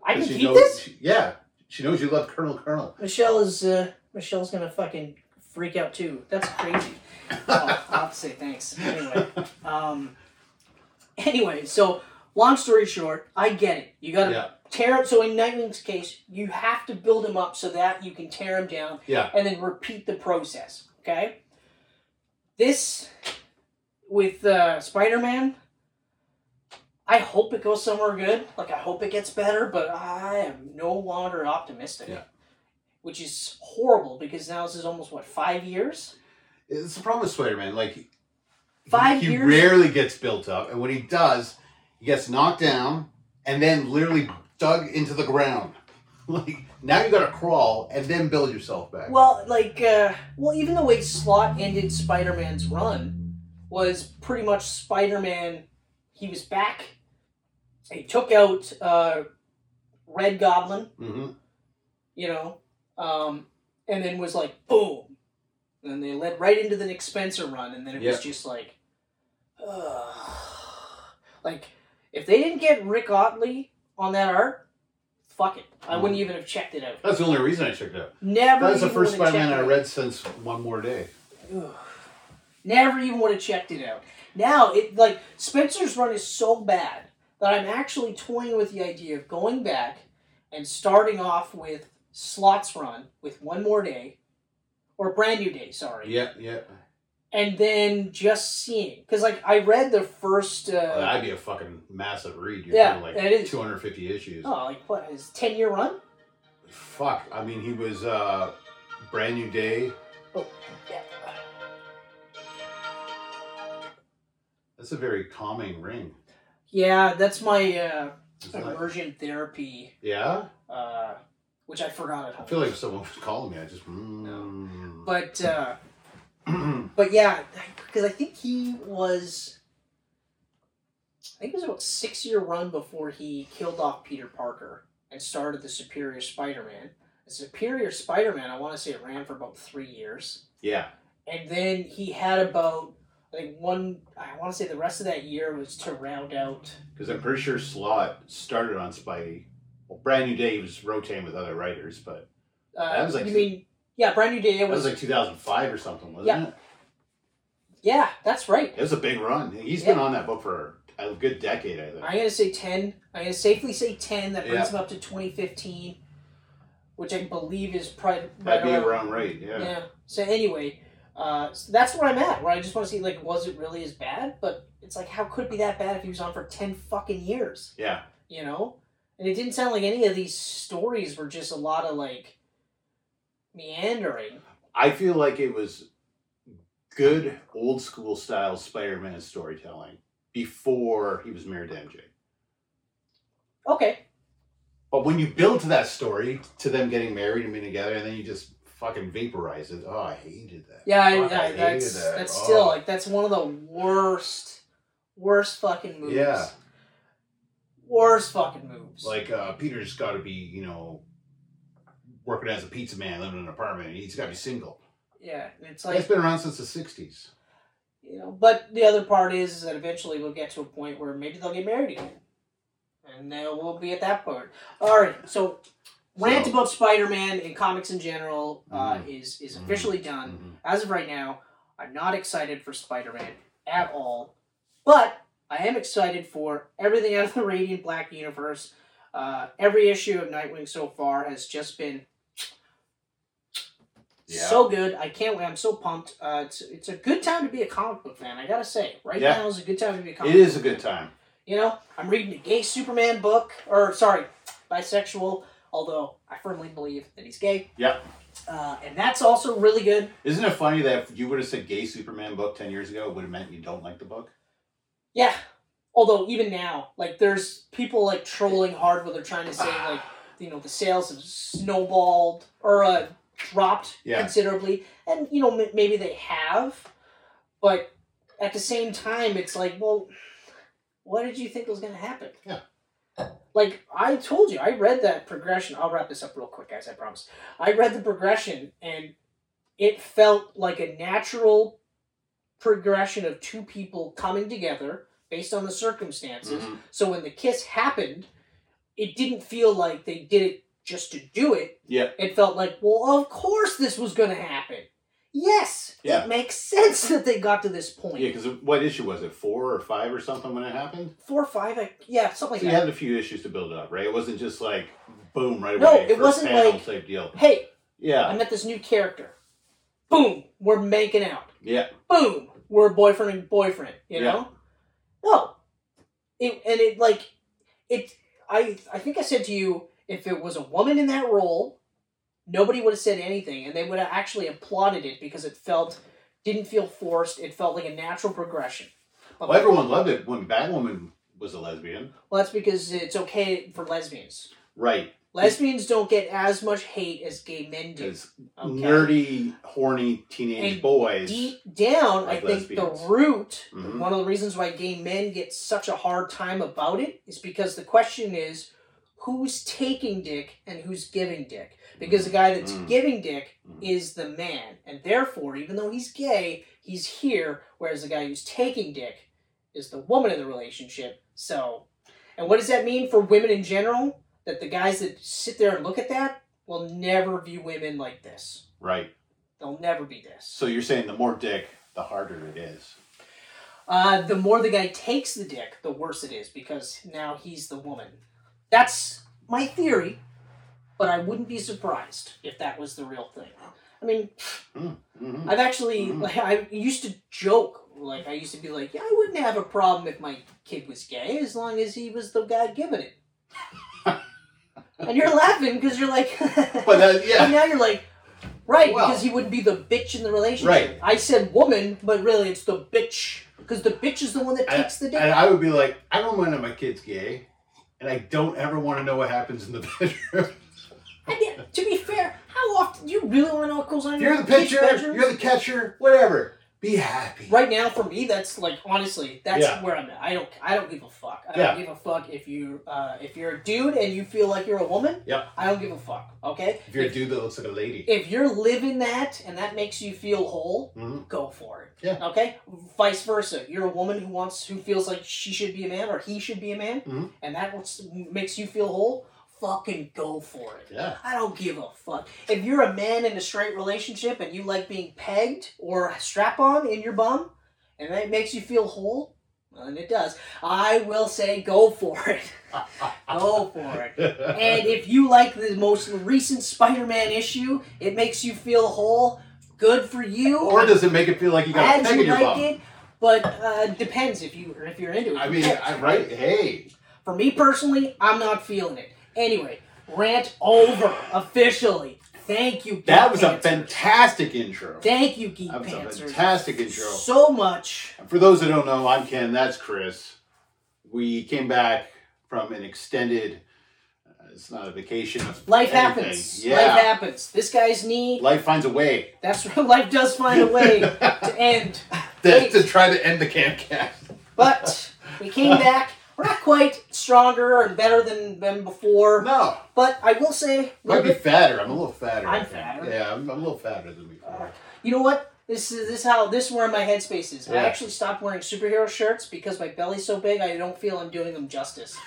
A: I can
B: 'Cause she
A: keep
B: knows,
A: this.
B: she- yeah, she knows you love Colonel Colonel.
A: Michelle is uh, Michelle's gonna fucking freak out too. That's crazy. oh, I'll have to say thanks. Anyway, um, anyway, so long story short, I get it. You gotta
B: Yeah,
A: tear up. So in Nightwing's case, you have to build him up so that you can tear him down.
B: Yeah.
A: And then repeat the process. Okay. This with uh, Spider Man. I hope it goes somewhere good. Like I hope it gets better, but I am no longer optimistic.
B: Yeah.
A: Which is horrible because now this is almost what five years.
B: it's the problem with Spider Man. Like he-
A: Five
B: he
A: years.
B: rarely gets built up, and when he does, he gets knocked down and then literally dug into the ground. Like now you got to crawl and then build yourself back.
A: Well, like, uh, well, even the way Slot ended Spider Man's run was pretty much Spider Man. He was back. He took out uh, Red Goblin,
B: hmm
A: you know, um, and then was like, boom. And they led right into the Nick Spencer run, and then it
B: Yeah.
A: was just like, ugh. like, if they didn't get Rick Otley on that art, fuck it. I wouldn't even have checked it out.
B: That's the only reason I checked it out.
A: Never.
B: That's Mm. the
A: even
B: first
A: would have
B: Spider-Man
A: checked
B: I
A: it out.
B: read since One More Day.
A: Ugh. Never even would have checked it out. Now it like Spencer's run is so bad that I'm actually toying with the idea of going back and starting off with Slot's run with one more day, or brand new day, sorry,
B: Yeah, yeah.
A: and then just seeing because like I read the first. Uh,
B: That'd be a fucking massive read. You're
A: Yeah,
B: talking
A: it is.
B: like 250 issues.
A: oh, like what his ten year run?
B: Fuck. I mean, he was uh, brand new day.
A: Yeah.
B: That's a very calming ring.
A: Yeah, that's my uh,
B: Is that-
A: immersion therapy,
B: yeah,
A: uh, which I forgot at
B: I
A: home.
B: feel like someone was calling me. I just. Mm,
A: but. Uh, But yeah, because I think he was. I think it was about six year run before he killed off Peter Parker and started the Superior Spider Man. The Superior Spider Man, I want to say it ran for about three years,
B: yeah,
A: and then he had about I think one. I want to say the rest of that year was to round out.
B: because I'm pretty sure Slot started on Spidey. Well, brand new day he was rotating with other writers, but
A: Uh,
B: That was like-
A: you mean yeah, Brand New Day
B: that
A: was,
B: was like 2005 or something, wasn't
A: Yeah.
B: it?
A: yeah, that's right.
B: It was a big run. He's been on that book for a good decade, I think.
A: I'm gonna say ten. I'm gonna safely say ten. That brings
B: Yeah.
A: him up to 2015, which I believe is probably right
B: That'd be
A: around
B: around right, yeah.
A: Yeah. So anyway, Uh, so that's where I'm at, where I just want to see like, was it really as bad? But it's like, how could it be that bad if he was on for ten fucking years?
B: Yeah.
A: you know and it didn't sound like any of these stories were just a lot of like meandering
B: I feel like it was good old school style Spider Man storytelling before he was married to MJ.
A: okay
B: But when you build to that story, to them getting married and being together, and then you just fucking vaporize it. Oh, I hated that.
A: yeah I,
B: Fuck, I
A: I-
B: hated
A: that's
B: that.
A: that's
B: Oh.
A: still like that's one of the worst worst fucking moves
B: Yeah.
A: worst fucking moves
B: Like uh, Peter's got to be, you know, working as a pizza man, living in an apartment. and He's got to be single.
A: yeah it's
B: It's
A: like
B: been around since the '60s.
A: you know but the other part is, is that eventually we'll get to a point where maybe they'll get married again and then we'll be at that part all right so rant
B: So-
A: about spider-man and comics in general uh, is is
B: Mhm.
A: officially done
B: Mhm.
A: As of right now, I'm not excited for Spider Man at all, but I am excited for everything out of the Radiant Black universe. Uh, every issue of Nightwing so far has just been
B: Yeah.
A: so good. I can't wait. I'm so pumped. Uh, it's, it's a good time to be a comic book fan, I gotta say. Right
B: Yeah.
A: now is a good time to be a comic
B: it is a
A: book
B: good
A: fan.
B: time.
A: You know, I'm reading a gay Superman book, or sorry, bisexual, although I firmly believe that he's gay.
B: Yeah.
A: Uh, and that's also really good.
B: Isn't it funny that if you would have said gay Superman book 10 years ago, it would have meant you don't like the book?
A: Yeah. Although even now, like there's people like trolling hard where they're trying to say like you know the sales have snowballed or uh, dropped
B: Yeah.
A: considerably, and you know m- maybe they have, but at the same time, it's like well, what did you think was going to happen?
B: Yeah.
A: Like I told you, I read that progression. I'll wrap this up real quick, guys. I promise. I read the progression, and it felt like a natural progression of two people coming together based on the circumstances.
B: Mm-hmm.
A: So when the kiss happened, it didn't feel like they did it just to do it.
B: Yeah.
A: It felt like, well, of course this was going to happen. Yes,
B: Yeah.
A: it makes sense that they got to this point.
B: Yeah, because what issue was it? Four or five or something when it happened?
A: Four or five, I, yeah, something
B: So
A: like
B: you
A: that.
B: had a few issues to build up, right? It wasn't just like boom right
A: No,
B: away.
A: it
B: first
A: wasn't
B: panel
A: like-
B: type deal.
A: Hey, I
B: Yeah,
A: met this new character. Boom, we're making out.
B: yeah,
A: boom, we're boyfriend and boyfriend, you
B: Yeah.
A: know? No. It and it like it I I think I said to you, if it was a woman in that role, nobody would have said anything and they would have actually applauded it because it felt didn't feel forced, it felt like a natural progression. But
B: Well, everyone loved it when Batwoman was a lesbian,
A: well, that's because it's okay for lesbians.
B: right?
A: Lesbians don't get as much hate as gay men do.
B: Because
A: Okay.
B: nerdy, horny teenage
A: And
B: boys.
A: deep down,
B: Like
A: I think
B: lesbians.
A: the root,
B: Mhm.
A: one of the reasons why gay men get such a hard time about it, is because the question is who's taking dick and who's giving dick? Because the guy that's
B: Mm.
A: giving dick
B: Mm.
A: is the man. And therefore, even though he's gay, he's here, whereas the guy who's taking dick is the woman in the relationship. So, and what does that mean for women in general? That the guys that sit there and look at that will never view women like this.
B: right.
A: They'll never be this.
B: So you're saying the more dick, the harder it is.
A: Uh, the more the guy takes the dick, the worse it is because now he's the woman. That's my theory, but I wouldn't be surprised if that was the real thing. I mean,
B: hmm
A: I've actually
B: Mhm.
A: like I used to joke like I used to be like, yeah, I wouldn't have a problem if my kid was gay as long as he was the guy giving it. and you're laughing because you're like,
B: But that, yeah,
A: and now you're like, right,
B: Well.
A: because he would be the bitch in the relationship.
B: Right.
A: I said woman, but really it's the bitch. Because the bitch is the one that takes the dick.
B: And I would be like, I don't mind that my kid's gay, and I don't ever want to know what happens in the bedroom.
A: I mean, to be fair, how often do you really want to know what goes on in
B: you're
A: your
B: the
A: kid's
B: pitcher,
A: bedroom?
B: you're the catcher, whatever. Be happy.
A: Right now, for me, that's like honestly, that's
B: Yeah.
A: where I'm at. I don't, I don't give a fuck. I
B: Yeah.
A: don't give a fuck if you, uh, if you're a dude and you feel like you're a woman.
B: Yep.
A: I don't give a fuck. Okay.
B: If you're a dude that looks like a lady.
A: If you're living that and that makes you feel whole,
B: Mhm.
A: go for it.
B: Yeah.
A: Okay. Vice versa, you're a woman who wants, who feels like she should be a man or he should be a man,
B: Mhm.
A: and that what's, makes you feel whole. Fucking go for it.
B: Yeah.
A: I don't give a fuck. If you're a man in a straight relationship and you like being pegged or strap on in your bum, and that makes you feel whole, well, and it does, I will say go for it. go for it. And if you like the most recent Spider Man issue, it makes you feel whole, good for you.
B: Or does it make it feel like you got a
A: as
B: peg
A: you
B: in your
A: like
B: bum?
A: it, but uh, depends if you if you're into it.
B: I mean, I, right? Hey,
A: for me personally, I'm not feeling it. Anyway, rant over officially. Thank you. Geek
B: that was a
A: Pantsers.
B: fantastic intro.
A: Thank you, Geek
B: That was a
A: Pantsers.
B: fantastic intro.
A: So much.
B: For those that don't know, I'm Ken. That's Chris. We came back from an extended. Uh, it's not a vacation. it's
A: Life
B: anything.
A: happens.
B: Yeah.
A: Life happens. This guy's knee.
B: Life finds a way
A: That's what life does find a way to end.
B: to,
A: Wait.
B: to try to end the camp cast.
A: But we came back. We're not quite stronger and better than, than before.
B: No,
A: But I will say,
B: might
A: little
B: be
A: bit-
B: fatter. I'm a little fatter. I
A: I'm
B: think.
A: fatter.
B: Yeah, I'm, I'm a little fatter than before.
A: you know what? This is this is how this is where my headspace is. I
B: Yeah.
A: actually stopped wearing superhero shirts because my belly's so big I don't feel I'm doing them justice.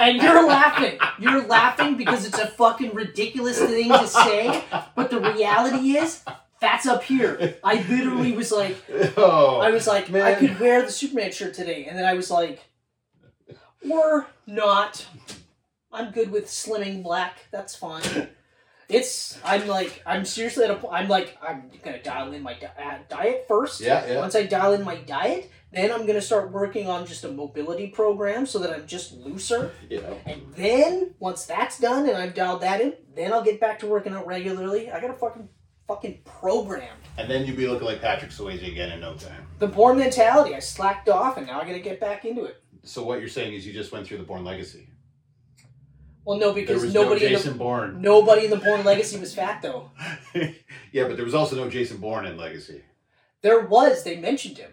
A: and you're laughing. You're laughing because it's a fucking ridiculous thing to say, but the reality is that's up here. I literally was like
B: oh,
A: I was like, I
B: man.
A: could wear the Superman shirt today, and then I was like, or not. I'm good with slimming black. That's fine. It's. I'm like. I'm seriously at a point. I'm like. I'm gonna dial in my di- uh, diet first.
B: Yeah, yeah.
A: Once I dial in my diet, then I'm gonna start working on just a mobility program so that I'm just looser.
B: Yeah.
A: And then once that's done and I've dialed that in, then I'll get back to working out regularly. I got a fucking fucking program.
B: And then you'd be looking like Patrick Swayze again in no time.
A: the born mentality. I slacked off, and now I got to get back into it.
B: So what you're saying is you just went through the Born Legacy.
A: Well, no,
B: There
A: because
B: was no
A: nobody in
B: Jason
A: the
B: Bourne.
A: nobody in the born legacy was fat though.
B: yeah, but there was also no Jason Bourne in Legacy.
A: There was they mentioned him,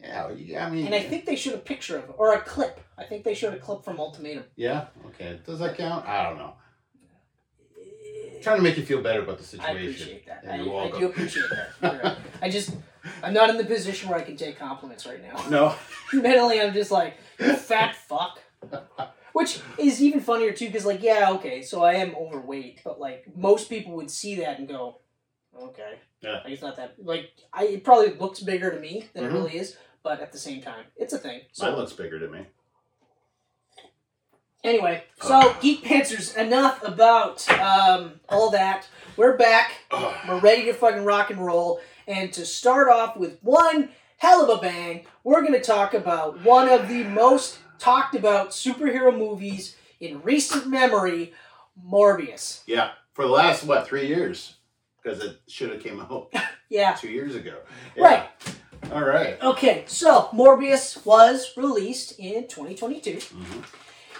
B: Yeah, you- I mean,
A: and I think they showed a picture of or a clip. I think they showed a clip from Ultimatum.
B: yeah, okay. Does that count? I don't know. trying to make you feel better about
A: I
B: the situation.
A: appreciate that.
B: Yeah,
A: I,
B: you're
A: I
B: welcome.
A: do appreciate that. Yeah. I just I'm not in the position where I can take compliments right now.
B: No,
A: mentally I'm just like, you fat fuck. Which is even funnier too, because like, yeah, okay, so I am overweight, but like most people would see that and go, okay,
B: Yeah.
A: like, it's not that like I it probably looks bigger to me than
B: Mhm.
A: it really is, but at the same time, it's a thing. So
B: mine looks bigger to me.
A: anyway, so Geek Pantsers, enough about um, all that. We're back. We're ready to fucking rock and roll. And to start off with one hell of a bang, we're going to talk about one of the most talked about superhero movies in recent memory, Morbius.
B: Yeah, for the last what three years? Because it should have came out
A: Yeah.
B: two years ago.
A: Right.
B: Yeah. All right.
A: Okay, so Morbius was released in 2022.
B: Mhm.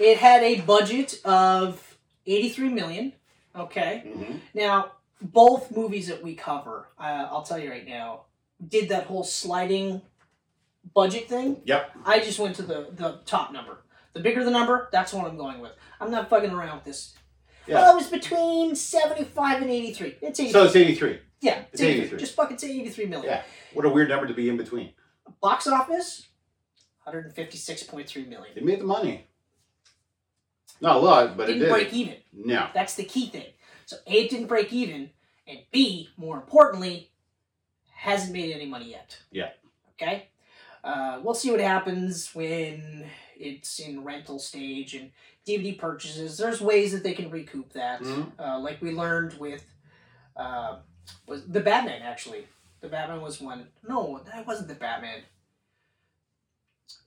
A: It had a budget of 83 million. Okay.
B: Mhm.
A: Now, both movies that we cover, uh, I'll tell you right now, did that whole sliding budget thing.
B: Yep.
A: I just went to the, the top number. The bigger the number, that's what I'm going with. I'm not fucking around with this.
B: Yeah.
A: Well, it was between 75 and 83. It's 83.
B: So it's eighty-three.
A: yeah, it's
B: it's
A: 83.
B: 83.
A: Just fucking say 83 million.
B: Yeah. What a weird number to be in between.
A: Box office, 156.3 million.
B: They made the money. Not a lot, but it
A: didn't
B: did.
A: break even.
B: No.
A: That's the key thing. So A, it didn't break even, and B, more importantly, hasn't made any money yet.
B: Yeah.
A: Okay. Uh, we'll see what happens when it's in rental stage and DVD purchases. There's ways that they can recoup that,
B: Mhm.
A: uh, like we learned with uh, was the Batman actually. The Batman was one. No, that wasn't the Batman.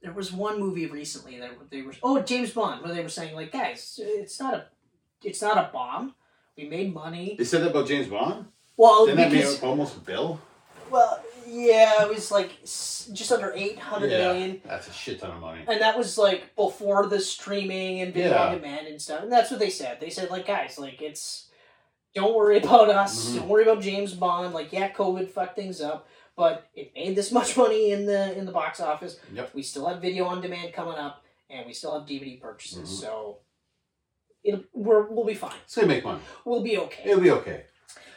A: There was one movie recently that they were oh James Bond where they were saying like guys it's not a it's not a bomb we made money
B: They said that about James Bond.
A: well
B: Didn't that
A: Oh, because
B: mean almost a bill?
A: well yeah it was like s- just under eight hundred million.
B: That's a shit ton of money.
A: And that was like before the streaming and video on
B: Yeah.
A: demand and stuff. And that's what they said. They said, like, guys, like, it's. Don't worry about us.
B: Mhm.
A: Don't worry about James Bond. Like, yeah, COVID fucked things up, but it made this much money in the in the box office.
B: Yep.
A: We still have video on demand coming up, and we still have DVD purchases.
B: Mhm.
A: So, it'll we're, we'll be fine.
B: It's gonna make money.
A: We'll be okay.
B: It'll be okay.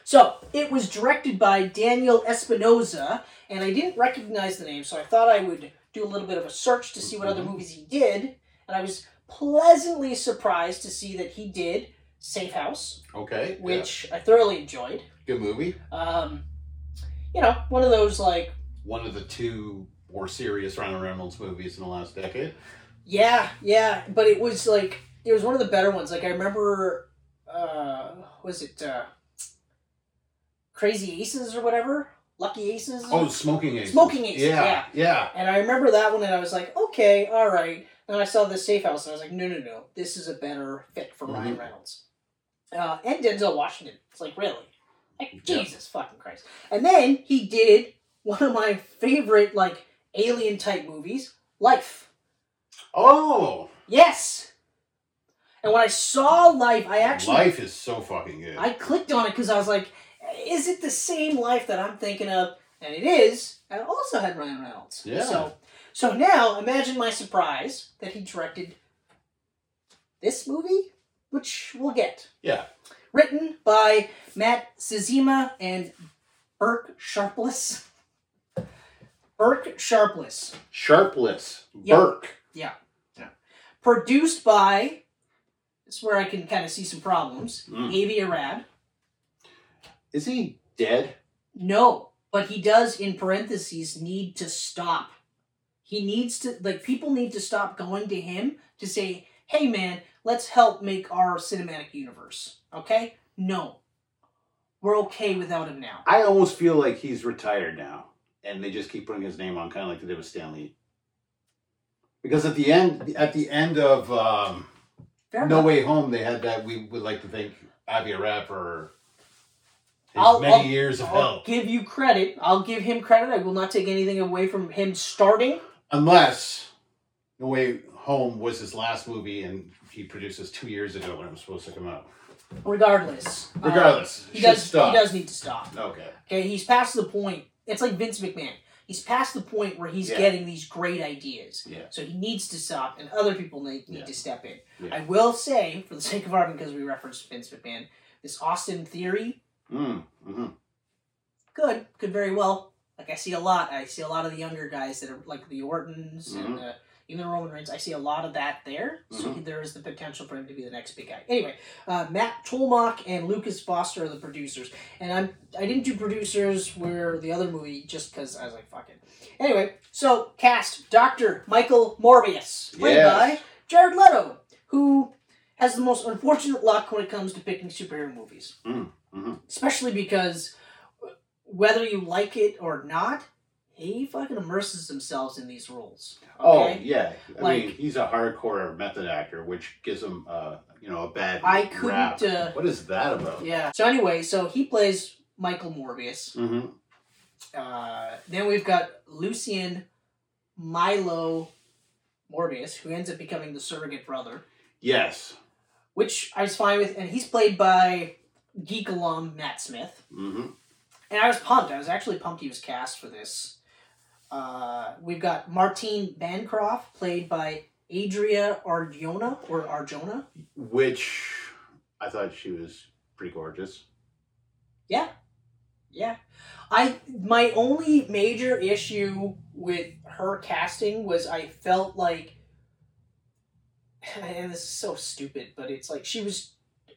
A: So it was directed by Daniel Espinosa, and I didn't recognize the name, so I thought I would do a little bit of a search to see what other
B: Mhm.
A: movies he did, and I was pleasantly surprised to see that he did Safe House,
B: Okay. yeah.
A: which I thoroughly enjoyed.
B: good movie.
A: Um, you know, one of those like,
B: One of the two more serious Ryan Reynolds movies in the last decade.
A: yeah, yeah, but it was like it was one of the better ones. Like I remember, uh, was it uh, Crazy Aces or whatever, Lucky Aces.
B: Oh, Smoking Aces.
A: Uh-huh. Smoking Aces,
B: Yeah, yeah.
A: And I remember that one, and I was like, okay, all right. And I saw the Safe House, and I was like, no, no, no, this is a better fit for Ryan
B: Mhm.
A: Reynolds uh, and Denzel Washington. It's like really, like
B: Yeah.
A: Jesus fucking Christ. And then he did one of my favorite like alien type movies, Life.
B: Oh,
A: Yes. And when I saw Life, I actually
B: life is so fucking good.
A: I clicked on it because I was like, is it the same life that I'm thinking of? And it is. And it also had Ryan Reynolds.
B: Yeah.
A: So, so now imagine my surprise that he directed this movie, which we'll get.
B: yeah,
A: Written by Matt Sizima and Burke Sharpless. Burke Sharpless.
B: Sharpless
A: Yeah.
B: Burke.
A: Produced by, this is where I can kind of see some problems,
B: Mm.
A: Avi Arad.
B: Is he dead?
A: No, but he does in parentheses need to stop. He needs to like people need to stop going to him to say, "Hey man, let's help make our cinematic universe." Okay? No. We're okay without him now.
B: I almost feel like he's retired now, and they just keep putting his name on, kind of like they did with Stanley. Because at the end, at the end of um,
A: Fair
B: No
A: enough.
B: Way Home, they had that. We would like to thank Avi Arad for his
A: I'll-
B: many
A: I'll-
B: years of
A: I'll
B: help.
A: give you credit. I'll give him credit. I will not take anything away from him starting.
B: Unless No Way Home was his last movie, and he produced this two years ago when it was supposed to come out.
A: Regardless. Uh,
B: Regardless,
A: he
B: should
A: does
B: stop.
A: he does need to stop.
B: Okay.
A: Okay, he's past the point. It's like Vince McMahon. He's past the point where he's
B: Yeah.
A: getting these great ideas.
B: Yeah.
A: So he needs to stop, and other people need, need
B: Yeah.
A: to step in.
B: Yeah.
A: I will say, for the sake of argument, because we referenced Vince McMahon, this Austin theory,
B: Mm, hmm
A: good, could very well. Like I see a lot. I see a lot of the younger guys that are like the Ortons and uh, even the Roman Reigns. I see a lot of that there. So there is the potential for him to be the next big guy. Anyway, uh, Matt Tolmach and Lucas Foster are the producers, and I'm I didn't do producers where the other movie just because I was like fuck it. Anyway, so cast Doctor Michael Morbius played
B: Yes.
A: by Jared Leto, who has the most unfortunate luck when it comes to picking superhero movies,
B: Mm, mhm.
A: especially because whether you like it or not, he fucking immerses themselves in these roles.
B: Oh
A: Okay?
B: yeah, I
A: Like-
B: mean he's a hardcore method actor, which gives him uh, you know a bad.
A: I
B: rap.
A: couldn't. Uh,
B: What is that about?
A: yeah. So anyway, so he plays Michael Morbius.
B: hmm
A: Uh, then we've got Lucian Milo Morbius, who ends up becoming the surrogate brother,
B: Yes.
A: which I was fine with, and he's played by geek alum Matt Smith.
B: hmm
A: And I was pumped. I was actually pumped he was cast for this. Uh, we've got Martine Bancroft, played by Adria Arjona or Arjona.
B: Which I thought she was pretty gorgeous.
A: Yeah. I my only major issue with her casting was I felt like and this is so stupid, but it's like she was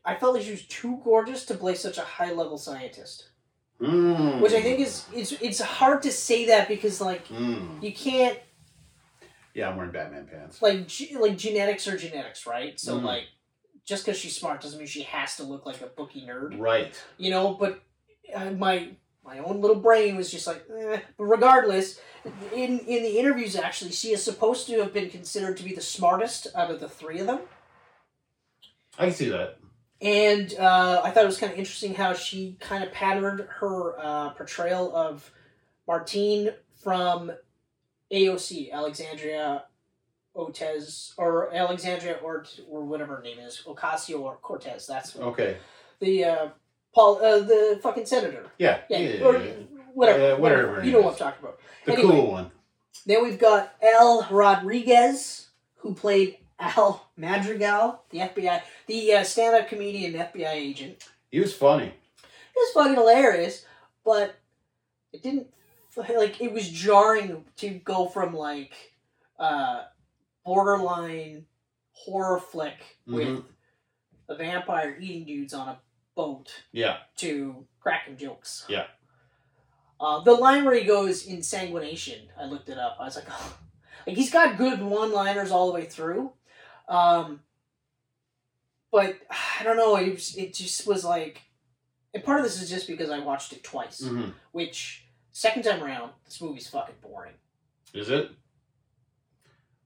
A: I felt like she was too gorgeous to play such a high level scientist.
B: Mm.
A: Which I think is it's it's hard to say that because like
B: Mm.
A: you can't
B: Yeah, I'm wearing Batman pants.
A: like ge- like genetics are genetics, right? So
B: Mhm.
A: like just because she's smart doesn't mean she has to look like a bookie nerd.
B: Right.
A: you know but uh, my my own little brain was just like eh. but regardless in in the interviews actually she is supposed to have been considered to be the smartest out of the three of them
B: I can see that.
A: and uh, i thought it was kind of interesting how she kind of patterned her uh, portrayal of martine from aoc alexandria Otez or Alexandria or or whatever her name is Ocasio or Cortez. That's what,
B: Okay.
A: the uh, Paul uh, the fucking senator.
B: Yeah.
A: Yeah,
B: yeah,
A: or
B: yeah, yeah.
A: whatever.
B: Yeah, whatever it
A: You know
B: is.
A: what I'm talking about.
B: The
A: anyway.
B: cool one.
A: Then we've got Al Rodriguez, who played Al Madrigal, the FBI, the uh, stand-up comedian and FBI agent.
B: He was funny.
A: It was fucking hilarious, but it didn't like it was jarring to go from like uh, borderline horror flick with
B: Mhm.
A: a vampire eating dudes on a boat
B: Yeah.
A: to cracking jokes.
B: Yeah.
A: Uh, the line where he goes insanguination, I looked it up. I was like, oh. like he's got good one-liners all the way through, um, but I don't know. It, was, it just was like and part of this is just because I watched it twice,
B: hmm
A: which second time around, this movie's fucking boring.
B: Is it?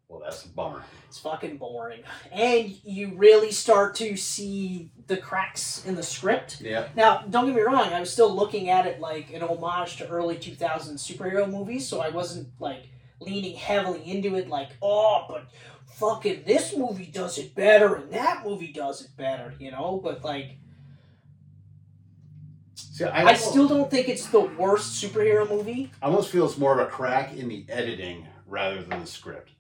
B: Well, that's a bummer.
A: It's fucking boring. And you really start to see the cracks in the script.
B: Yeah.
A: Now, don't get me wrong, I was still looking at it like an homage to early 2000s superhero movies, so I wasn't like leaning heavily into it like, oh, but fucking this movie does it better and that movie does it better, you know? But like,
B: See,
A: I
B: I, almost,
A: still don't think it's the worst superhero movie.
B: I almost feel it's more of a crack in the editing rather than the script.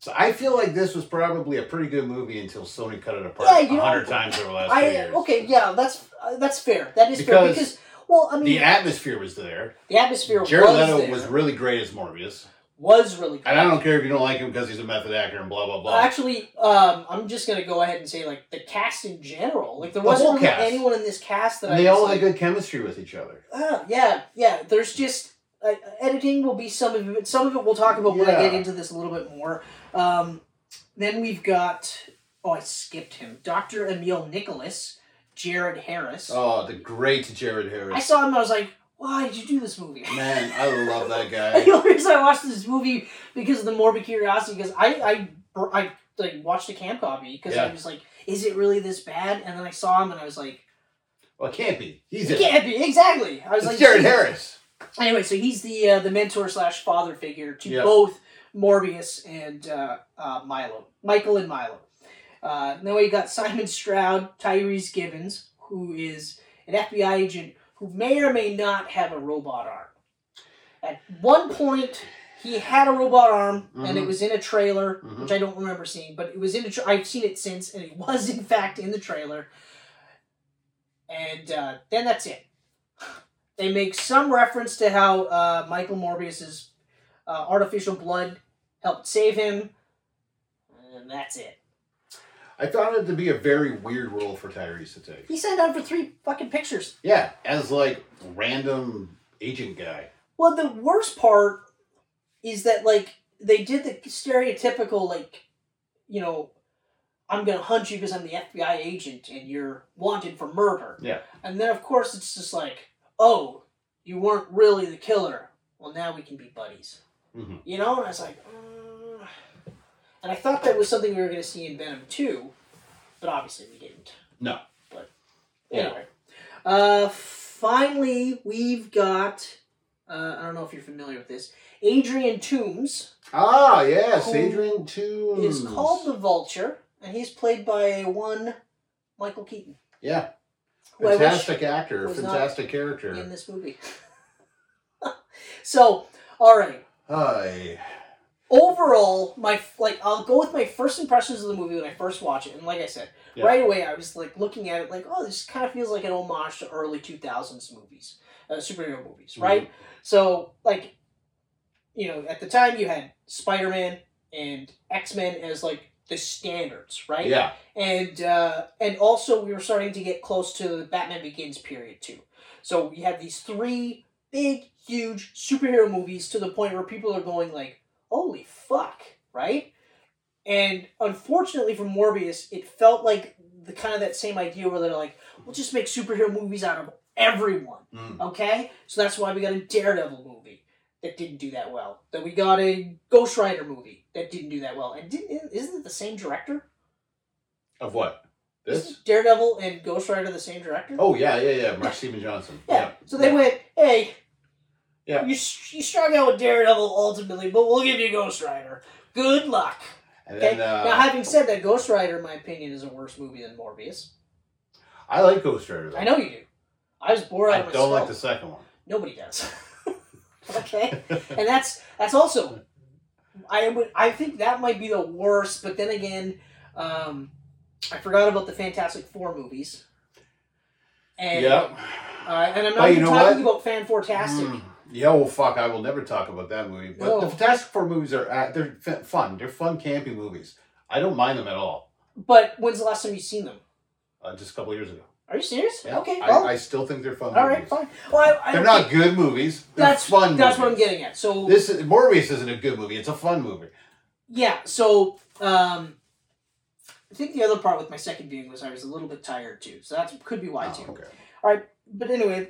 B: So I feel like this was probably a pretty good movie until Sony cut it apart
A: Yeah,
B: a
A: you know,
B: hundred times over the last few
A: I
B: years.
A: okay, yeah, that's uh, that's fair. That is fair
B: Because
A: because well, I mean,
B: The
A: the,
B: atmosphere was there.
A: atmosphere
B: Jared
A: was
B: Leto
A: there,
B: was really great as Morbius,
A: was really good.
B: and I don't care if you don't like him because he's a method actor and blah blah blah.
A: Actually, um, I'm just gonna go ahead and say like the cast in general. Like there
B: The
A: wasn't
B: whole
A: really
B: cast.
A: anyone in this cast that
B: and
A: I
B: they
A: was
B: all
A: like,
B: had good chemistry with each other.
A: "Ah, yeah, yeah. There's just uh, editing will be some of it. Some of it we'll talk about when I get
B: Yeah.
A: into this a little bit more. Um, then we've got oh, I skipped him. Doctor Emil Nicholas, Jared Harris.
B: Oh, the great Jared
A: I
B: Harris.
A: saw him. I was like, why did you do this movie?
B: Man, I love that
A: the
B: guy.
A: only reason I watched this movie because of the morbid curiosity. Because I, I, I like watched the camp copy because I
B: Yeah.
A: was like, is it really this bad? And then I saw him and I was like,
B: Well, it can't be. He's
A: it
B: it.
A: can't be exactly. I was
B: It's
A: like,
B: Jared
A: Jesus.
B: Harris.
A: Anyway, so he's the uh, the mentor slash father figure to
B: Yeah.
A: both Morbius and uh, uh, Milo, Michael and Milo. Uh, and then we got Simon Stroud, Tyrese Gibbons, who is an FBI agent who may or may not have a robot arm. At one point, he had a robot arm, and it
B: Mhm.
A: was in a trailer,
B: Mhm.
A: which I don't remember seeing, but it was in. A tra- I've seen it since, and it was in fact in the trailer. And uh, then that's it. They make some reference to how uh, Michael Morbius's uh, artificial blood helped save him, and that's it.
B: I found it to be a very weird role for Tyrese to take.
A: He signed on for three fucking pictures.
B: Yeah, as like random agent guy.
A: Well, the worst part is that like they did the stereotypical like, you know, I'm gonna hunt you because I'm the FBI agent and you're wanted for murder.
B: Yeah.
A: And then of course it's just like, oh, you weren't really the killer. Well, now we can be buddies.
B: Mhm.
A: You know, and I was like, mm. and I thought that was something we were gonna see in Venom two, but obviously we didn't.
B: No.
A: But
B: Yeah.
A: anyway, uh, finally we've got. Uh, I don't know if you're familiar with this. Adrian Toombs
B: Ah, yes,
A: Who
B: Adrian Toomes.
A: is called the Vulture, and he's played by one Michael Keaton,
B: Yeah,
A: who I wish
B: fantastic actor,
A: was not
B: fantastic character.
A: in this movie. so, all right.
B: Hi.
A: Overall, my like I'll go with my first impressions of the movie when I first watch it, and like I said,
B: Yeah.
A: right away I was like looking at it like, oh, this kind of feels like an homage to early two thousands movies, uh, superhero movies,
B: Mhm.
A: right? So like, you know, at the time you had Spider Man and X Men as like the standards, right?
B: Yeah,
A: and uh, and also we were starting to get close to the Batman Begins period too. So we had these three big, huge superhero movies to the point where people are going like, "Holy fuck!" Right? And unfortunately for Morbius, it felt like the kind of that same idea where they're like, "We'll just make superhero movies out of everyone."
B: Mm.
A: Okay, so that's why we got a Daredevil movie that didn't do that well. That we got a Ghost Rider movie that didn't do that well. And didn't isn't it the same director?
B: Of what?
A: Isn't
B: This?
A: Daredevil and Ghost Rider the same director?
B: Oh yeah, yeah, yeah. Mark Steven Johnson.
A: yeah. So they went, hey,
B: Yeah.
A: you s- you strung out with Daredevil ultimately, but we'll give you Ghost Rider. Good luck.
B: And
A: Okay.
B: then uh,
A: now, having said that, Ghost Rider, in my opinion, is a worse movie than Morbius.
B: I like Ghost Rider. Though.
A: I know you do. I was bored out
B: I
A: of
B: don't
A: myself.
B: like the second one.
A: Nobody does. okay, and that's that's also, I would I think that might be the worst. But then again, um, I forgot about the Fantastic Four movies. And
B: Yep.
A: Uh, and I'm
B: But
A: not
B: you
A: even
B: know
A: talking about fan forecastic.
B: Mm. Yeah, well, fuck! I will never talk about that movie. But
A: No.
B: the Fantastic Four movies are uh, they're f- fun. They're fun, campy movies. I don't mind them at all.
A: But when's the last time you've seen them?
B: Uh, just a couple years ago.
A: Are you serious?
B: Yeah.
A: Okay,
B: I,
A: well,
B: I still think they're fun.
A: all right,
B: movies.
A: fine. Well, I, I
B: They're
A: don't
B: not
A: think-
B: good movies. They're
A: that's
B: fun.
A: That's what I'm
B: movies.
A: getting at. So
B: This is, Morbius isn't a good movie. It's a fun movie.
A: yeah, so um, I think the other part with my second viewing was I was a little bit tired too. So that could be why
B: Oh,
A: too.
B: okay.
A: but anyway,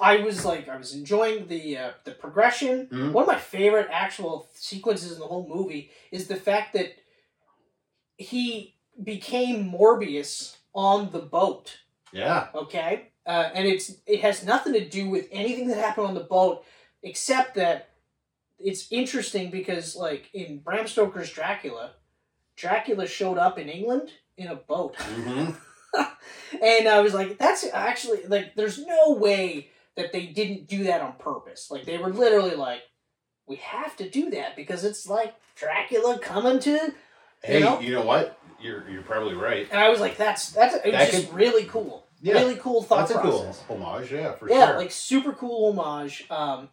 A: I was like, I was enjoying the uh, the progression.
B: Mhm.
A: One of my favorite actual sequences in the whole movie is the fact that he became Morbius on the boat.
B: Yeah.
A: Okay, uh, and it's it has nothing to do with anything that happened on the boat, except that it's interesting because like in Bram Stoker's Dracula, Dracula showed up in England in a boat.
B: hmm
A: And I was like, that's actually like there's no way that they didn't do that on purpose. Like they were literally like, we have to do that because it's like Dracula coming to
B: Hey, you know?
A: know?
B: what? You're you're probably right.
A: and I was like, that's that's it was
B: That
A: just
B: could-
A: really cool.
B: Yeah,
A: Really cool thought
B: that's a cool
A: process.
B: homage. Yeah, for
A: yeah,
B: sure.
A: like super cool homage. Um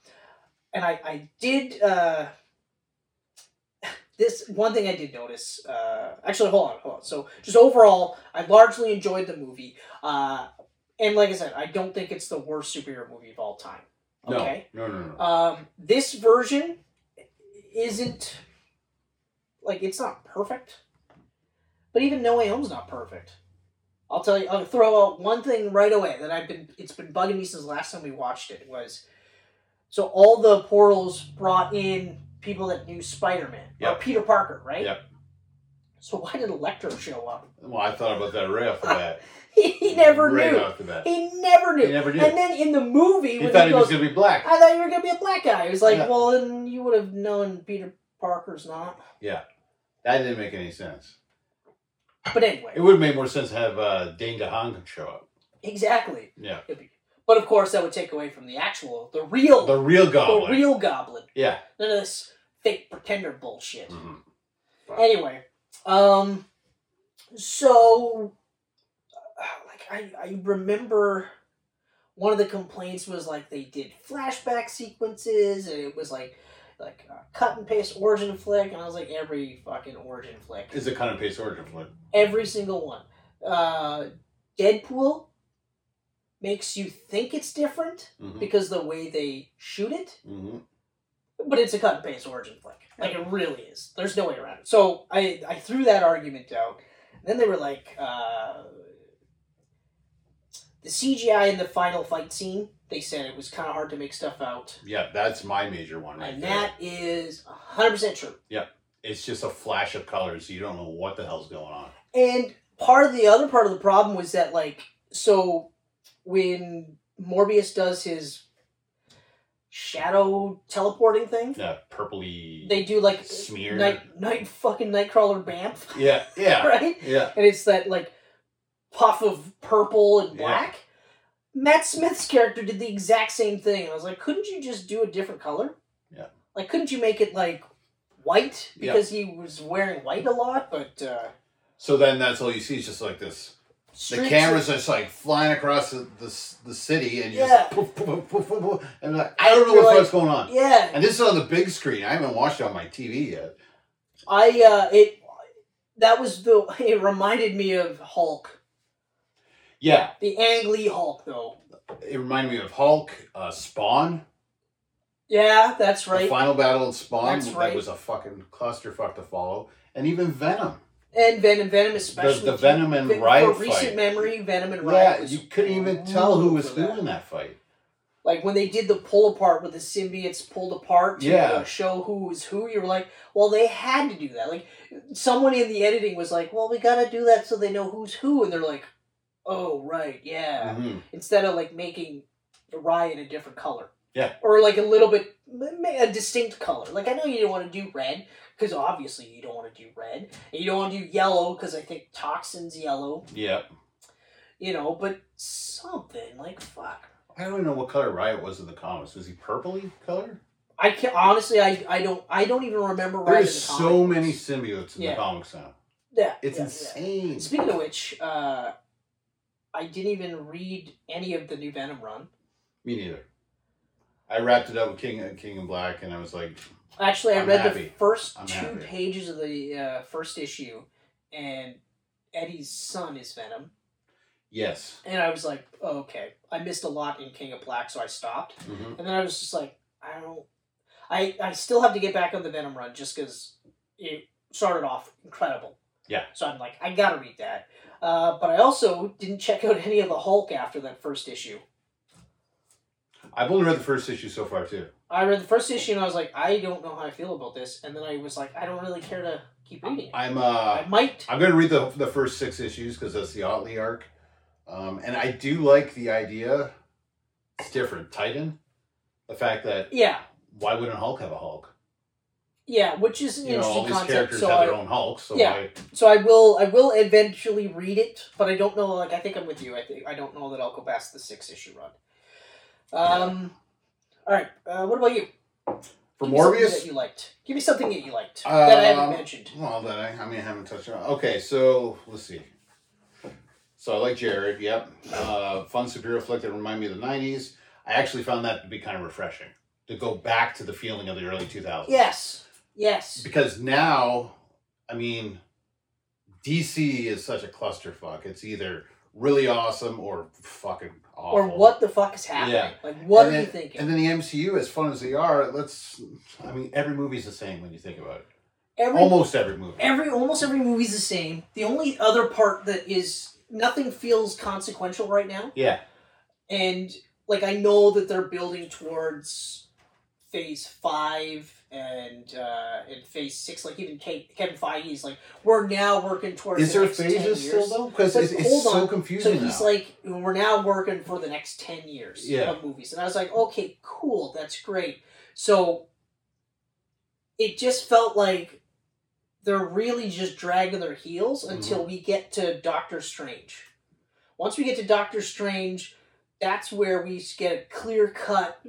A: and I, I did uh this one thing I did notice, uh actually hold on, hold on. So just overall, I largely enjoyed the movie. Uh and like I said, I don't think it's the worst superhero movie of all time.
B: no,
A: Okay.
B: no, no, no. no.
A: Um, this version isn't like it's not perfect, but even No Way Home's not perfect. I'll tell you. I'll throw out one thing right away that I've been. It's been bugging me since the last time we watched it. Was so all the portals brought in people that knew Spider Man or
B: Yep.
A: Peter Parker, right?
B: Yep.
A: So why did Electro show up?
B: well, I thought about that right off the bat.
A: he never
B: right
A: knew.
B: off the bat.
A: He never knew.
B: He never knew.
A: And then in the movie,
B: He
A: when
B: thought
A: he
B: he
A: goes,
B: was gonna be black.
A: I thought you were gonna be a black guy. He was like,
B: Yeah.
A: well, then you would have known Peter Parker's not.
B: That didn't make any sense.
A: But anyway,
B: It would have made more sense to have uh, Dane DeHaan show up.
A: exactly.
B: Yeah,
A: But of course, that would take away from the actual, the real,
B: the
A: the,
B: real goblin.
A: real Goblin.
B: Yeah.
A: None of this fake pretender bullshit.
B: hmm
A: Anyway, um, so uh, like I I remember one of the complaints was like they did flashback sequences and it was like like uh, cut and paste origin flick and I was like every fucking origin flick
B: It's a kind of pace origin flip.
A: Every single one. Uh, Deadpool makes you think it's different
B: hmm
A: because the way they shoot it,
B: hmm
A: but it's a cut and paste origin flick. Like it really is. There's no way around it. So I I threw that argument out. Then they were like, uh, the CGI in the final fight scene. They said it was kind of hard to make stuff out,
B: Yeah, that's Oh my major one right
A: and
B: there.
A: that is 100 percent true.
B: it's just a flash of colors. You don't know what the hell's going on.
A: And part of the other part of the problem was that like so when Morbius does his shadow teleporting thing,
B: That purpley
A: they do like
B: smear.
A: night night fucking nightcrawler bamf,
B: Yeah, yeah,
A: right?
B: yeah.
A: And it's that like puff of purple and
B: Yeah.
A: black. Matt Smith's character did the exact same thing. I was like, couldn't you just do a different color?
B: Yeah.
A: Like, couldn't you make it like white
B: Yeah.
A: because he was wearing white a lot, but uh,
B: So then that's all you see is just like this. The
A: streaks-
B: camera's just like flying across the the, the city, and you
A: Yeah.
B: just poof, poof, poof, poof, poof, poof, and like, I don't know what
A: You're
B: the
A: like-
B: fuck's going on.
A: Yeah,
B: And this is on the big screen. I haven't watched it on my TV yet.
A: I uh it that was the it reminded me of Hulk.
B: Yeah,
A: The Ang Lee Hulk though.
B: it reminded me of Hulk, uh, Spawn,
A: Yeah, that's
B: the
A: right.
B: final battle in Spawn.
A: That's
B: That
A: right.
B: was a fucking clusterfuck to follow, and even Venom.
A: And Venom Venom especially
B: the Venom and
A: Ve-
B: Riot
A: for recent
B: fight.
A: memory, Venom and Riot.
B: Yeah,
A: was
B: you couldn't even tell who was
A: for
B: who
A: that.
B: in that fight.
A: Like when they did the pull apart with the symbiotes pulled apart to
B: Yeah.
A: uh, show who was who, you were like, well, they had to do that. Like someone in the editing was like, well, we gotta do that so they know who's who, and they're like, oh right, yeah.
B: Mhm.
A: instead of like making the riot a different color.
B: Yeah.
A: Or like a little bit ma- a distinct color. Like I know you didn't want to do red because obviously you don't want to do red, and you don't want to do yellow because I think toxins yellow.
B: Yeah.
A: You know, but something like fuck.
B: I don't even know what color Riot was in the comics. Was he purpley color?
A: I can honestly I I don't I don't even remember. right in
B: There's
A: the
B: so
A: comic.
B: many symbiotes in the
A: Yeah.
B: comics now.
A: Yeah,
B: It's
A: yeah, yeah.
B: insane.
A: Speaking of which, uh, I didn't even read any of the new Venom run.
B: Me neither. I wrapped it up with King uh, King and Black, and I was like,
A: Actually, I
B: I'm
A: read the
B: happy.
A: 1st
B: I'm
A: two
B: happy.
A: pages of the uh, first issue, and Eddie's son is Venom,
B: yes.
A: and I was like, oh, okay, I missed a lot in King of Black, so I stopped,
B: hmm
A: and then I was just like, I don't, I I still have to get back on the Venom run just because it started off incredible.
B: Yeah.
A: So I'm like, I gotta read that, uh, but I also didn't check out any of the Hulk after that first issue.
B: I've only read the first issue so far too.
A: I read the first issue and I was like, I don't know how I feel about this. And then I was like, I don't really care to keep reading it.
B: I'm uh
A: I might.
B: I'm gonna read the the first six issues because that's the Otley arc, um, and I do like the idea. It's different, Titan. The fact that
A: Yeah.
B: why wouldn't Hulk have a Hulk?
A: Yeah, which is an
B: You know,
A: interesting
B: all these
A: concept.
B: characters
A: So
B: have their
A: I,
B: own Hulk, so
A: Yeah.
B: why?
A: so I will I will eventually read it, but I don't know like I think I'm with you. I think I don't know that I'll go past the six issue run. Um all right. Uh, what about you?
B: For
A: Give me something
B: Morbius,
A: that you liked. Give me something that you liked
B: Uh,
A: that I haven't mentioned.
B: Well, that I, I mean, I haven't touched on. Okay, so let's see. So I like Jared. Yep. Uh, fun superior flick that remind me of the '90s. I actually found that to be kind of refreshing to go back to the feeling of the early 2000s.
A: Yes. Yes.
B: Because now, I mean, DC is such a clusterfuck. It's either really awesome or fucking awful.
A: Or what the fuck is happening?
B: Yeah.
A: Like what
B: And
A: are you
B: then-
A: thinking?
B: And then the MCU, as fun as they are, let's. I mean, every movie's the same when you think about it.
A: Every
B: Almost every movie.
A: every almost every movie's the same. The only other part that is nothing feels consequential right now,
B: yeah.
A: and like I know that they're building towards phase five and uh and phase six. Like even Kate, Kevin Feige's like we're now working towards.
B: Is
A: the
B: there
A: next 10
B: phases still
A: years."
B: though? Because
A: But
B: it's, it's
A: hold
B: so
A: on.
B: confusing
A: So he's
B: now.
A: like, we're now working for the next 10 years
B: Yeah.
A: of movies. And I was like, okay, cool, that's great. So it just felt like they're really just dragging their heels
B: Mm-hmm.
A: until we get to Doctor Strange. Once we get to Doctor Strange, that's where we get a clear cut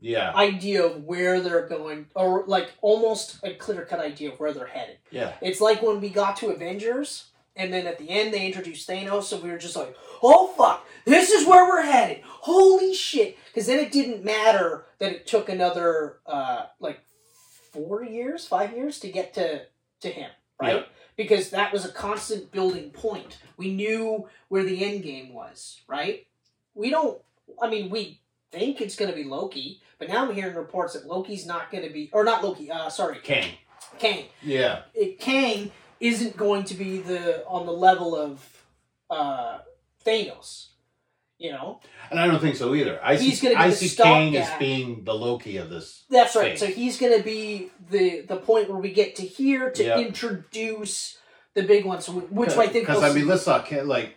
B: yeah,
A: idea of where they're going, or like almost a clear cut idea of where they're headed.
B: yeah.
A: It's like when we got to Avengers, and then at the end they introduced Thanos, and we were just like, oh fuck, this is where we're headed. Holy shit. Because then it didn't matter that it took another, uh, like, four years, five years to get to, to him, right?
B: Yeah.
A: Because that was a constant building point. We knew where the end game was, right? We don't, I mean, we think it's going to be Loki, but now I'm hearing reports that Loki's not going to be, or not Loki, uh, sorry,
B: Kang.
A: Kang
B: Yeah,
A: it, Kang isn't going to be the on the level of uh, Thanos. You know,
B: and I don't think so either. I
A: He's
B: see.
A: gonna be
B: I
A: the
B: see Kang as
A: stopgap.
B: being the Loki of this.
A: that's right.
B: Thanos.
A: So he's going to be the the point where we get to here to
B: Yeah.
A: introduce the big one. So we- which I think
B: because
A: we'll
B: I mean,
A: see.
B: let's not kid- like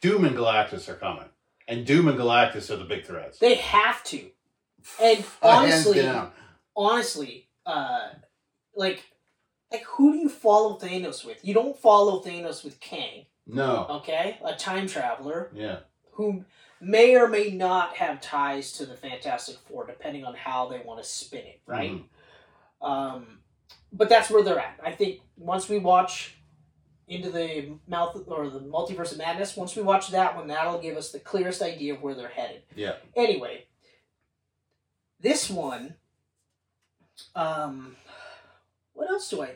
B: Doom and Galactus are coming, and Doom and Galactus are the big threats.
A: they have to. And
B: Uh, hands
A: honestly,
B: down.
A: honestly, uh, like. Like who do you follow Thanos with? You don't follow Thanos with Kang,
B: no.
A: okay? A time traveler.
B: Yeah,
A: who may or may not have ties to the Fantastic Four, depending on how they want to spin it, right?
B: Mhm.
A: Um, but that's where they're at. I think once we watch into the mouth or the multiverse of madness, once we watch that one, that'll give us the clearest idea of where they're headed.
B: Yeah.
A: Anyway, this one, um, what else do I?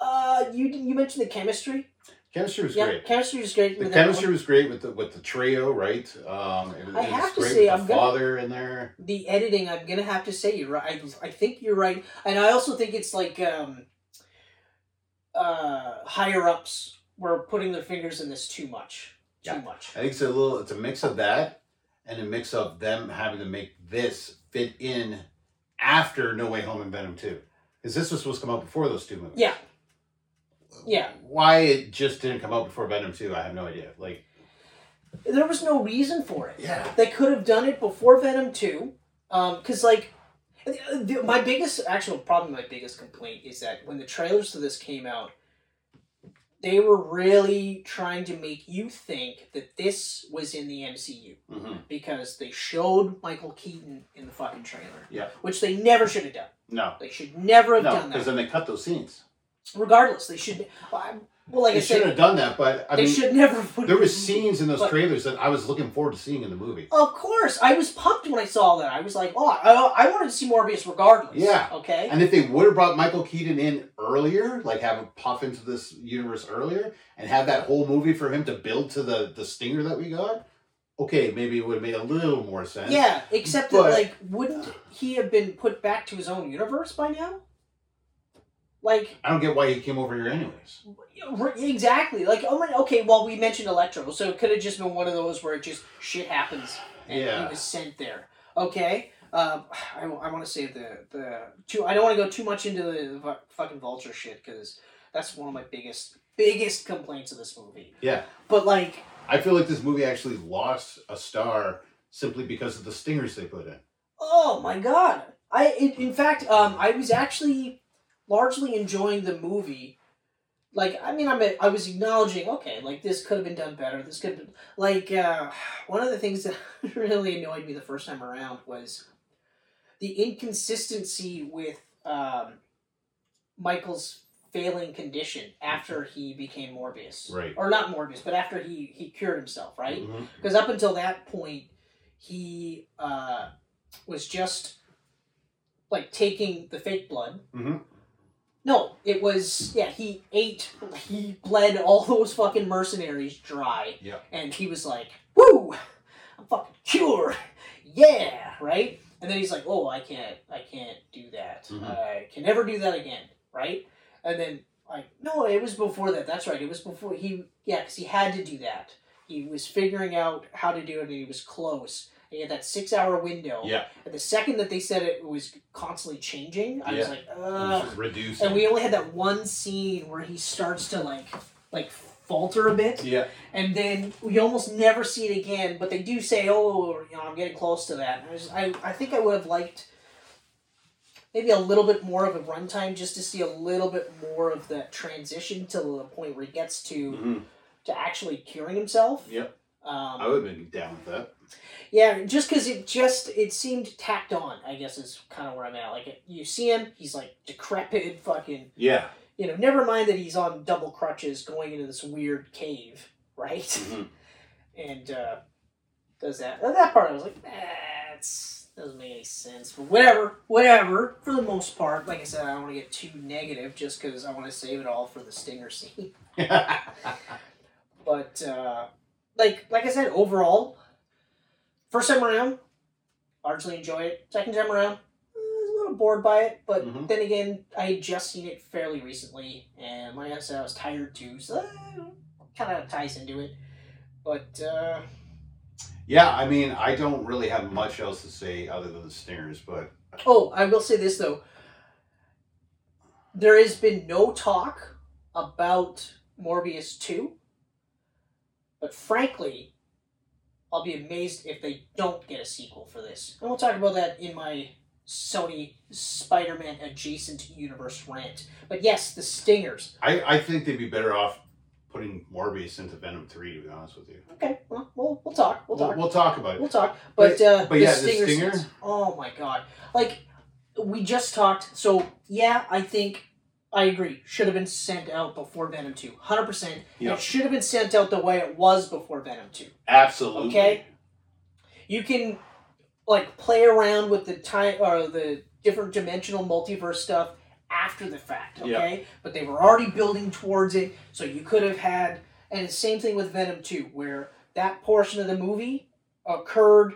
A: Uh, you you mentioned the chemistry.
B: Chemistry was great.
A: chemistry is great.
B: The
A: with that one.
B: chemistry was great with the with the trio, right? Um, it, was-
A: I
B: it was
A: have to
B: great
A: say,
B: with the
A: I'm gonna-
B: father in there.
A: the editing i'm gonna have to say you're right i, I think you're right and i also think it's like um uh higher ups were putting their fingers in this too much too
B: Yeah.
A: much
B: I think it's a little. It's a mix of that and a mix of them having to make this fit in after No Way Home and Venom Two, because this was supposed to come out before those two movies.
A: yeah yeah
B: Why it just didn't come out before Venom Two, I have no idea. Like,
A: there was no reason for it
B: yeah,
A: they could have done it before venom 2 um because like the- my biggest actual problem my biggest complaint is that when the trailers to this came out they were really trying to make you think that this was in the mcu
B: hmm
A: because they showed Michael Keaton in the fucking trailer.
B: Yeah.
A: Which they never should have done.
B: no,
A: They should never have
B: no,
A: done
B: because
A: that.
B: then they cut those scenes.
A: Regardless, they should. I- Well, like I
B: they should
A: said,
B: have done that, but I
A: they
B: mean,
A: should never. have put-
B: there was scenes in those
A: But-
B: trailers that I was looking forward to seeing in the movie.
A: Of course, I was pumped when I saw that. I was like, "Oh, I, I wanted to see Morbius regardless."
B: Yeah.
A: Okay.
B: And if they would have brought Michael Keaton in earlier, like have him puff into this universe earlier, and have that whole movie for him to build to the the stinger that we got, okay, maybe it would have made a little more sense.
A: Yeah. Except
B: But-
A: that, like, wouldn't he have been put back to his own universe by now? Like,
B: I don't get why he came over here anyways.
A: r- exactly. Like, oh my. Okay. Well, we mentioned Electro, so it could have just been one of those where it just shit happens. and he
B: Yeah.
A: was sent there. Okay. Um, I, I want to say the the too. I don't want to go too much into the, the fu- fucking vulture shit because that's one of my biggest biggest complaints of this movie.
B: Yeah.
A: But like,
B: I feel like this movie actually lost a star simply because of the stingers they put in.
A: oh my god! I in, in fact, um, I was actually largely enjoying the movie. Like, I mean, I'm a, I was acknowledging, okay, like this could have been done better. This could have been like uh, one of the things that really annoyed me the first time around was the inconsistency with um, Michael's failing condition after he became Morbius,
B: Right.
A: or not Morbius, but after he he cured himself, right?
B: Mhm.
A: because up until that point he uh, was just like taking the fake blood
B: Mhm.
A: no it was yeah he ate he bled all those fucking mercenaries dry
B: Yeah.
A: and he was like woo i'm fucking cured yeah right and then he's like oh i can't i can't do that
B: Mhm.
A: i can never do that again right and then like no it was before that that's right it was before he yeah because he had to do that he was figuring out how to do it and he was close and he had that six hour window
B: Yeah.
A: and the second that they said it was constantly changing i was
B: Yeah.
A: like
B: It
A: Ugh.
B: was reduced.
A: Uh, and we only had that one scene where he starts to like like falter a bit
B: yeah.
A: and then we almost never see it again. But they do say, "Oh, you know, I'm getting close to that." And I, just, I, I think I would have liked maybe a little bit more of a runtime just to see a little bit more of that transition to the point where he gets to
B: Mhm.
A: to actually curing himself.
B: Yep. I
A: Um,
B: would have been down with that.
A: yeah, just because it just it seemed tacked on. I guess is kind of where I'm at. Like it, you see him, he's like decrepit, fucking.
B: Yeah.
A: You know, never mind that he's on double crutches going into this weird cave, right?
B: Mhm.
A: and uh, does that. uh, That part I was like, that's doesn't make any sense. But whatever, whatever. For the most part, like I said, I don't want to get too negative just because I want to save it all for the stinger scene. But uh, like like I said, overall, first time around, largely enjoy it. Second time around. eh, I was a little bored by it, but
B: Mhm.
A: then again, I had just seen it fairly recently, and like I said, I was tired too, so kind of ties into it. But uh,
B: yeah, I mean, I don't really have much else to say other than the stingers, but
A: Oh, I will say this though. There has been no talk about Morbius 2. But frankly, I'll be amazed if they don't get a sequel for this. And we'll talk about that in my Sony Spider Man adjacent universe rant. But yes, the Stingers.
B: I, I think they'd be better off putting Morbius into Venom 3, to be honest with you.
A: Okay, well, we'll, we'll talk. We'll talk.
B: We'll, we'll talk about it.
A: We'll talk. But, uh,
B: but yeah, the
A: stinger
B: stinger?
A: scenes- Oh my god! Like we just talked. So yeah, I think I agree. Should have been sent out before Venom Two. Hundred percent.
B: Yeah.
A: It should have been sent out the way it was before Venom Two.
B: Absolutely.
A: Okay. You can like play around with the time or the different dimensional multiverse stuff after the fact.
B: Yeah.
A: Okay, but they were already building towards it, so you could have had. And the same thing with Venom Two, where that portion of the movie occurred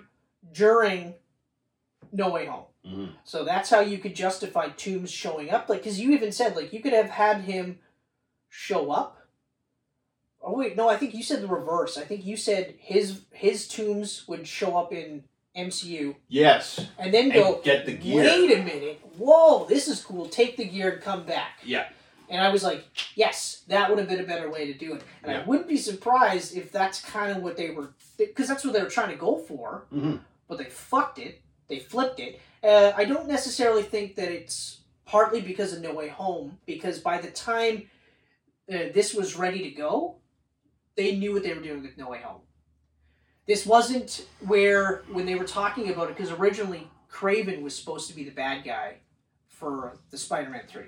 A: during No Way Home.
B: Mhm.
A: So that's how you could justify Toombs showing up. Like, because you even said, like, you could have had him show up. Oh wait, no, I think you said the reverse. I think you said his his Toombs would show up in MCU
B: Yes.
A: and then
B: And
A: go.
B: get the gear.
A: Wait a minute! Whoa, this is cool. Take the gear and come back.
B: Yeah.
A: And I was like, yes, that would have been a better way to do it. And I
B: Yeah.
A: wouldn't be surprised if that's kind of what they were, because that's what they were trying to go for
B: hmm
A: but they fucked it. They flipped it. Uh, I don't necessarily think that it's partly because of No Way Home, because by the time uh, this was ready to go, they knew what they were doing with No Way Home. This wasn't where, when they were talking about it, because originally Craven was supposed to be the bad guy for the Spider Man 3.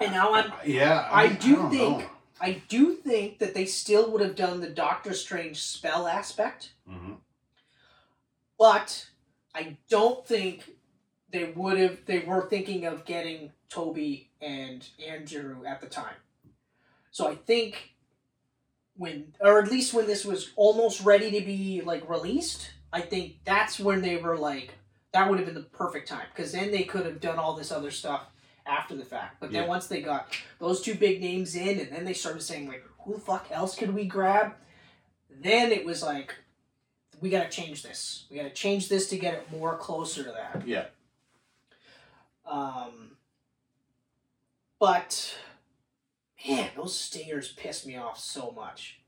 A: And now I'm
B: Yeah.
A: I
B: mean,
A: do
B: don't
A: think-
B: know.
A: I do think that they still would have done the Doctor Strange spell aspect
B: Mhm.
A: but I don't think they would have. They were thinking of getting Toby and Andrew at the time, so I think when, or at least when this was almost ready to be like released, I think that's when they were like, that would have been the perfect time because then they could have done all this other stuff after the fact. But then
B: Yeah.
A: once they got those two big names in, and then they started saying like, who the fuck else could we grab? Then it was like we got to change this. We got to change this to get it more closer to that.
B: Yeah.
A: Um, but man, those stingers pissed me off so much.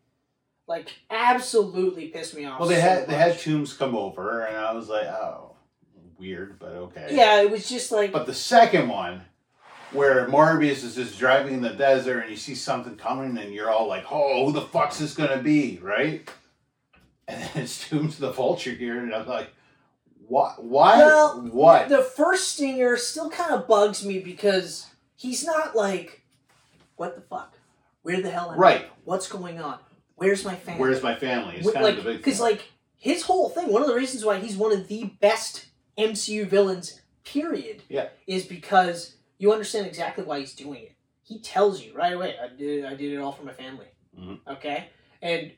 A: Like absolutely pissed me off.
B: Well, they
A: so
B: had they had
A: much.
B: Coombs come over, and I was like, oh, weird, but okay.
A: Yeah, it was just like
B: But the second one, where Morbius is just driving in the desert, and you see something coming, and you're all like, oh, who the fuck's this gonna be, right? And then it's Coombs the Vulture here, and I'm like, what? Why?
A: Well,
B: what?
A: The first stinger still kind of bugs me because he's not like, what the fuck? Where the hell am I?
B: Right.
A: What's going on? Where's my family?
B: Where's my family? It's
A: Wh-
B: kind
A: like,
B: of the big
A: Because,
B: thing.
A: like, his whole thing, one of the reasons why he's one of the best MCU villains, period,
B: Yeah.
A: is because you understand exactly why he's doing it. He tells you right away, I did, I did it all for my family.
B: Mhm.
A: Okay? And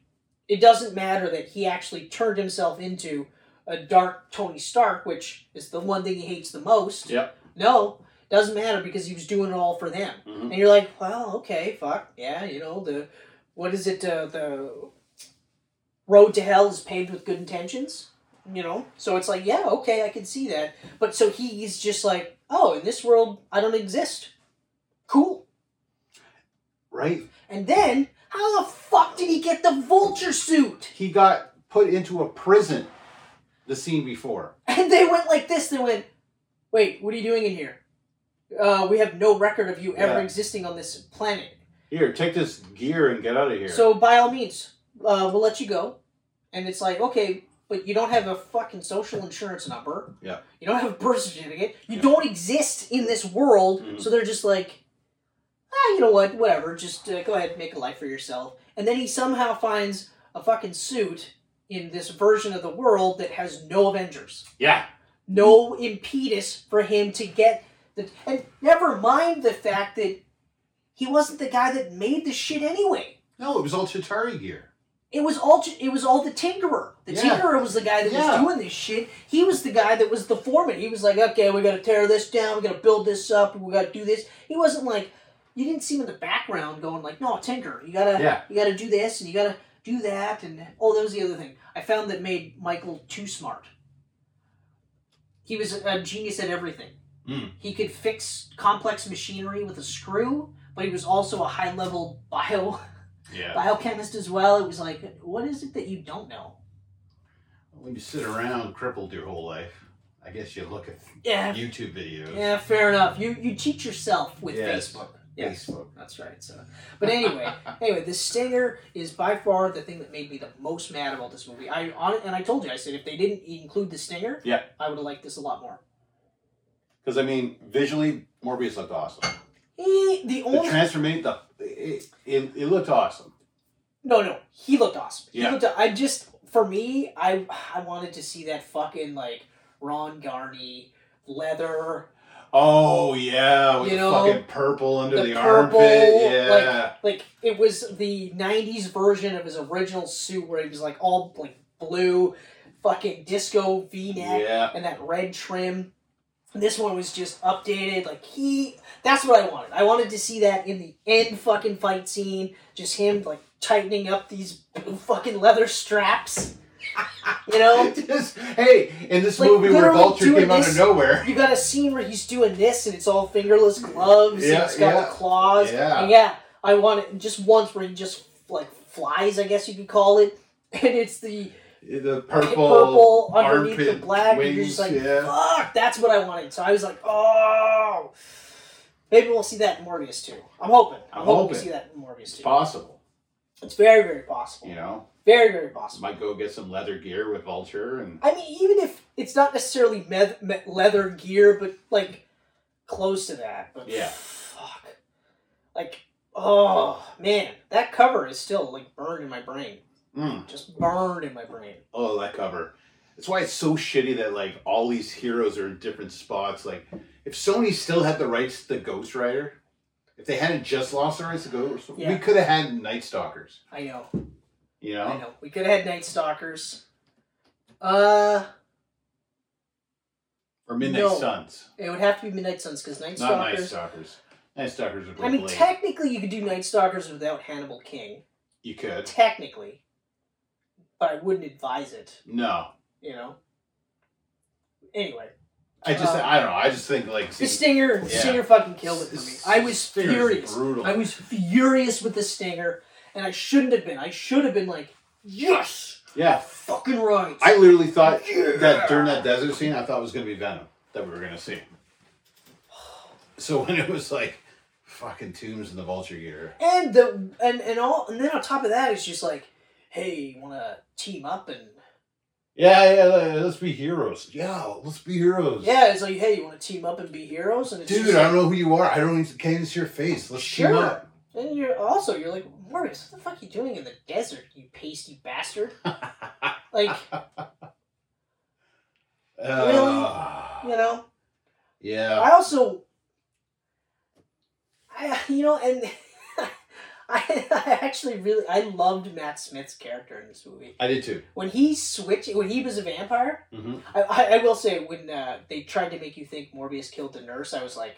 A: it doesn't matter that he actually turned himself into a dark Tony Stark, which is the one thing he hates the most.
B: Yep.
A: No, doesn't matter because he was doing it all for them.
B: Mhm.
A: And you're like, well, okay, fuck, yeah, you know the, what is it? Uh, the road to hell is paved with good intentions. You know, so it's like, yeah, okay, I can see that. But so he's just like, oh, in this world, I don't exist. Cool.
B: right?
A: And then, how the fuck did he get the vulture suit?
B: He got put into a prison the scene before.
A: And they went like this. They went, wait, what are you doing in here? Uh, we have no record of you ever
B: Yeah.
A: existing on this planet.
B: Here, take this gear and get out of here.
A: So by all means, uh, we'll let you go. And it's like, okay, but you don't have a fucking social insurance number.
B: Yeah.
A: You don't have a birth certificate. You
B: Yeah.
A: don't exist in this world.
B: Mhm.
A: So they're just like, ah, you know what? Whatever. Just uh, go ahead and make a life for yourself. And then he somehow finds a fucking suit in this version of the world that has no Avengers,
B: yeah,
A: no impetus for him to get the. And never mind the fact that he wasn't the guy that made the shit anyway.
B: no, it was all Chitari gear.
A: It was all it was all the tinkerer. The
B: Yeah.
A: tinkerer was the guy that was
B: Yeah.
A: doing this shit. He was the guy that was the foreman. He was like, okay, we got to tear this down. We got to build this up. We got to do this. He wasn't like you didn't see him in the background going like, no, tinker. You gotta
B: Yeah.
A: you gotta do this and you gotta do that and oh, that was the other thing I found that made Michael too smart. He was a genius at everything.
B: Mm.
A: He could fix complex machinery with a screw, but he was also a high level bio
B: Yeah.
A: biochemist as well. It was like, what is it that you don't know?
B: When you sit around crippled your whole life, I guess you look at
A: Yeah,
B: YouTube videos.
A: yeah, fair enough. You you teach yourself with
B: Yes.
A: Facebook. Yes,
B: Facebook.
A: that's right. So, but anyway, anyway, the stinger is by far the thing that made me the most mad about this movie. I on and I told you, I said if they didn't include the stinger,
B: Yeah.
A: I would have liked this a lot more.
B: Because I mean, visually, Morbius looked awesome.
A: He, the
B: The
A: only
B: transformation, the it, it, it looked awesome.
A: no no he looked awesome. He
B: Yeah.
A: looked. I just for me, I I wanted to see that fucking like Ron Garney leather
B: Oh yeah, with
A: You
B: the
A: know,
B: fucking purple under
A: the
B: the,
A: purple,
B: armpit. Yeah,
A: like it was the 90s version of his original suit where he was like all like blue fucking disco v-neck
B: yeah.
A: and that red trim this one was just updated like he that's what i wanted i wanted to see that in the end fucking fight scene just him like tightening up these fucking leather straps you know
B: Just- hey, in this
A: Like,
B: movie where
A: literally
B: Vulture
A: doing
B: came out
A: this-
B: of nowhere.
A: you got a scene where he's doing this and it's all fingerless gloves and
B: Yeah,
A: it's got
B: yeah.
A: the claws.
B: Yeah.
A: And yeah, I want it just once where he just like flies, I guess you could call it. And it's the
B: The purple,
A: purple underneath the
B: armpit
A: black. and you're
B: wings,
A: just like,
B: yeah.
A: fuck, that's what I wanted. So I was like, oh. Maybe we'll see that in Morbius too. I'm hoping. I'm,
B: I'm
A: hoping,
B: hoping.
A: to see that in Morbius
B: It's
A: too.
B: possible,
A: it's very, very possible.
B: you know.
A: Very, very possible.
B: Might go get some leather gear with Vulture and
A: I mean, even if it's not necessarily meth- me- leather gear, but like close to that. But
B: Yeah.
A: fuck. Like, oh man, that cover is still like burned in my brain.
B: Mm.
A: Just burned in my brain.
B: Oh, that cover. That's why it's so shitty that like all these heroes are in different spots. Like, if Sony still had the rights to Ghost Rider, if they hadn't just lost the rights to Ghost,
A: Yeah.
B: we could have had Night Stalkers.
A: I know.
B: You
A: I
B: know,
A: know. We could have had Night Stalkers. Uh,
B: or Midnight
A: No.
B: Suns,
A: it would have to be Midnight Suns because Night
B: not Night
A: Stalkers.
B: Stalkers. Night Stalkers would
A: I mean,
B: Blade.
A: technically, you could do Night Stalkers without Hannibal King.
B: you could.
A: Technically, but I wouldn't advise it.
B: No,
A: You know. Anyway,
B: I just
A: Um,
B: I don't know. I just think like
A: the stinger,
B: Yeah.
A: stinger fucking killed it for me. I was
B: Stinger's
A: furious.
B: Brutal.
A: I was furious with the stinger, and I shouldn't have been. I should have been like, yes,
B: yeah,
A: fucking right.
B: I literally thought
A: Yeah.
B: that during that desert scene, I thought it was going to be Venom that we were going to see. So when it was like fucking tombs in the vulture gear,
A: and the and and all and then on top of that, it's just like, hey, you want to team up and
B: yeah, yeah, yeah, let's be heroes. Yeah, let's be heroes.
A: yeah, it's like, hey, you want to team up and be heroes, and it's
B: Dude,
A: just
B: I
A: like,
B: don't know who you are. I don't even can't even see your face. Let's team
A: Sure.
B: up.
A: And you're also you're like Morbius. What the fuck are you doing in the desert, you pasty bastard? like
B: Uh,
A: you know.
B: Yeah.
A: I also, I you know, and I, I actually really I loved Matt Smith's character in this movie
B: I did too.
A: when he switched when he was a vampire.
B: hmm
A: I I, I will say when uh, they tried to make you think Morbius killed the nurse, I was like.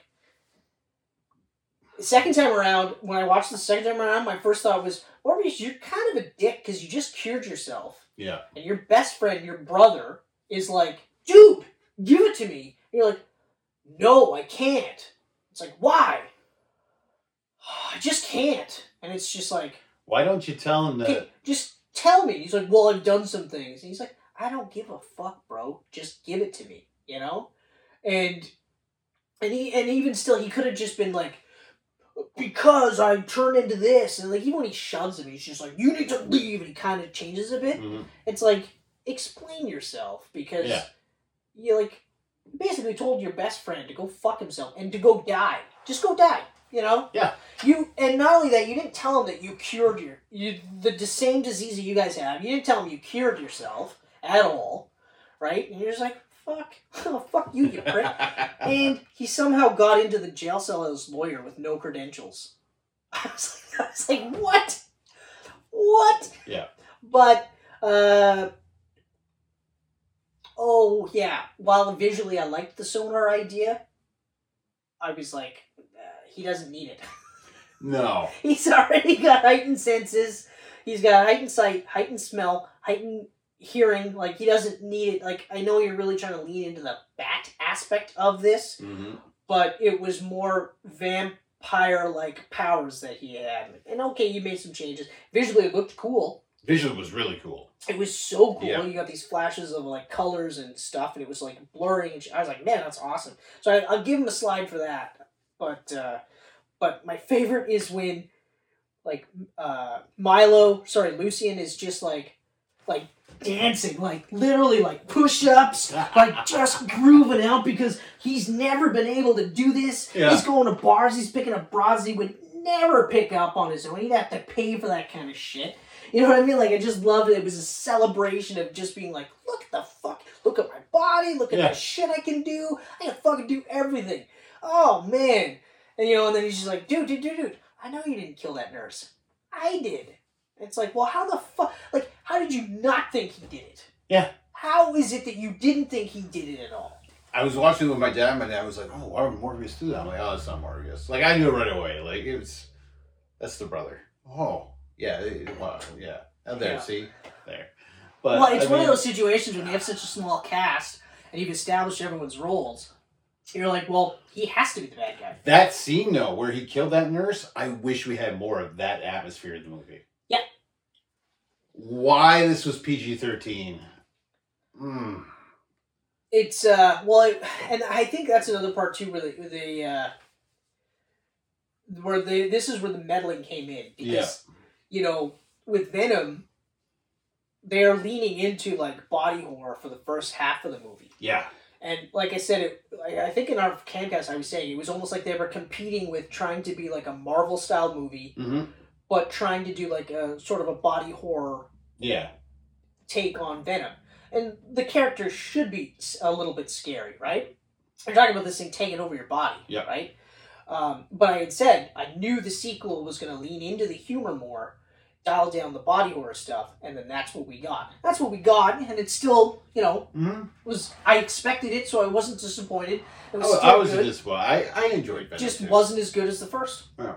A: Second time around, when I watched the second time around, my first thought was, Morbius, you're kind of a dick because you just cured yourself
B: Yeah.
A: and your best friend, your brother, is like, dude, give it to me. And you're like, no, I can't. It's like, why? I just can't. And it's just like,
B: Why don't you tell him
A: "Hey,
B: that?
A: just tell me. He's like, well, I've done some things. And he's like, I don't give a fuck, bro. Just give it to me, you know? And and he and even still he could have just been like because I turned into this and like even when he shoves him he's just like you need to leave and he kind of changes a bit
B: Mhm.
A: it's like explain yourself because
B: Yeah.
A: you like basically told your best friend to go fuck himself and to go die. Just go die. You know.
B: Yeah.
A: You and not only that, you didn't tell him that you cured your you the, the same disease that you guys have. You didn't tell him you cured yourself at all, right? And you're just like fuck, fuck you, you prick.
B: Mm-hmm.
A: and he somehow got into the jail cell as lawyer with no credentials. I was like, I was like what? What?
B: Yeah.
A: But, uh, oh, yeah. While visually I liked the sonar idea, I was like, uh, he doesn't need it.
B: no.
A: He's already got heightened senses. He's got heightened sight, heightened smell, heightened hearing. Like, he doesn't need it. Like, I know you're really trying to lean into the bat aspect of this,
B: hmm
A: but it was more vampire like powers that he had. And okay, you made some changes. Visually, it looked cool.
B: Visually was really cool.
A: It was so cool.
B: Yeah.
A: You got these flashes of like colors and stuff, and it was like blurring. And sh- I was like, man, that's awesome. So I, I'll give him a slide for that. But uh, but my favorite is when like uh, Milo, sorry, Lucian is just like like dancing, like literally like push ups, like just grooving out because he's never been able to do this.
B: Yeah.
A: He's going to bars, he's picking up broads he would never pick up on his own. He'd have to pay for that kind of shit. You know what I mean? Like I just loved it. It was a celebration of just being like, look at the fuck, look at my body, look at
B: Yeah.
A: the shit I can do. I can fucking do everything. Oh man. And you know, and then he's just like, dude, dude, dude, dude, I know you didn't kill that nurse. I did. It's like, well, how the fuck? Like, how did you not think he did it?
B: Yeah.
A: How is it that you didn't think he did it at all?
B: I was watching with my dad. and My dad was like, "Oh, why would Morbius do that?" I'm like, "Oh, it's not Morbius." Like I knew right away. Like it was, that's the brother. Oh, yeah, it- wow, yeah. Oh, there,
A: Yeah.
B: see, there. But
A: well, it's
B: I
A: one
B: mean,
A: of those situations when you have such a small cast and you've established everyone's roles. You're like, well, he has to be the bad guy.
B: That scene though, where he killed that nurse, I wish we had more of that atmosphere in the movie.
A: Yeah.
B: Why this was PG thirteen? Mm.
A: It's uh, well, it, and I think that's another part too, where the, where the uh, where the this is where the meddling came in because you know with Venom, they are leaning into like body horror for the first half of the movie.
B: Yeah.
A: And like I said, it, I I think in our camcast I was saying it was almost like they were competing with trying to be like a Marvel style movie,
B: hmm
A: but trying to do like a sort of a body horror
B: Yeah.
A: take on Venom. And the character should be s- a little bit scary, right? You're talking about this thing taking over your body,
B: Yeah.
A: right? Um, but I had said I knew the sequel was going to lean into the humor more, dial down the body horror stuff, and then that's what we got. That's what we got, and it's still, you know,
B: hmm
A: was I expected it, so I wasn't disappointed. It
B: I,
A: was still
B: Oh, I was
A: good.
B: disappointed. I I enjoyed Venom
A: just
B: too.
A: wasn't as good as the first.
B: Yeah.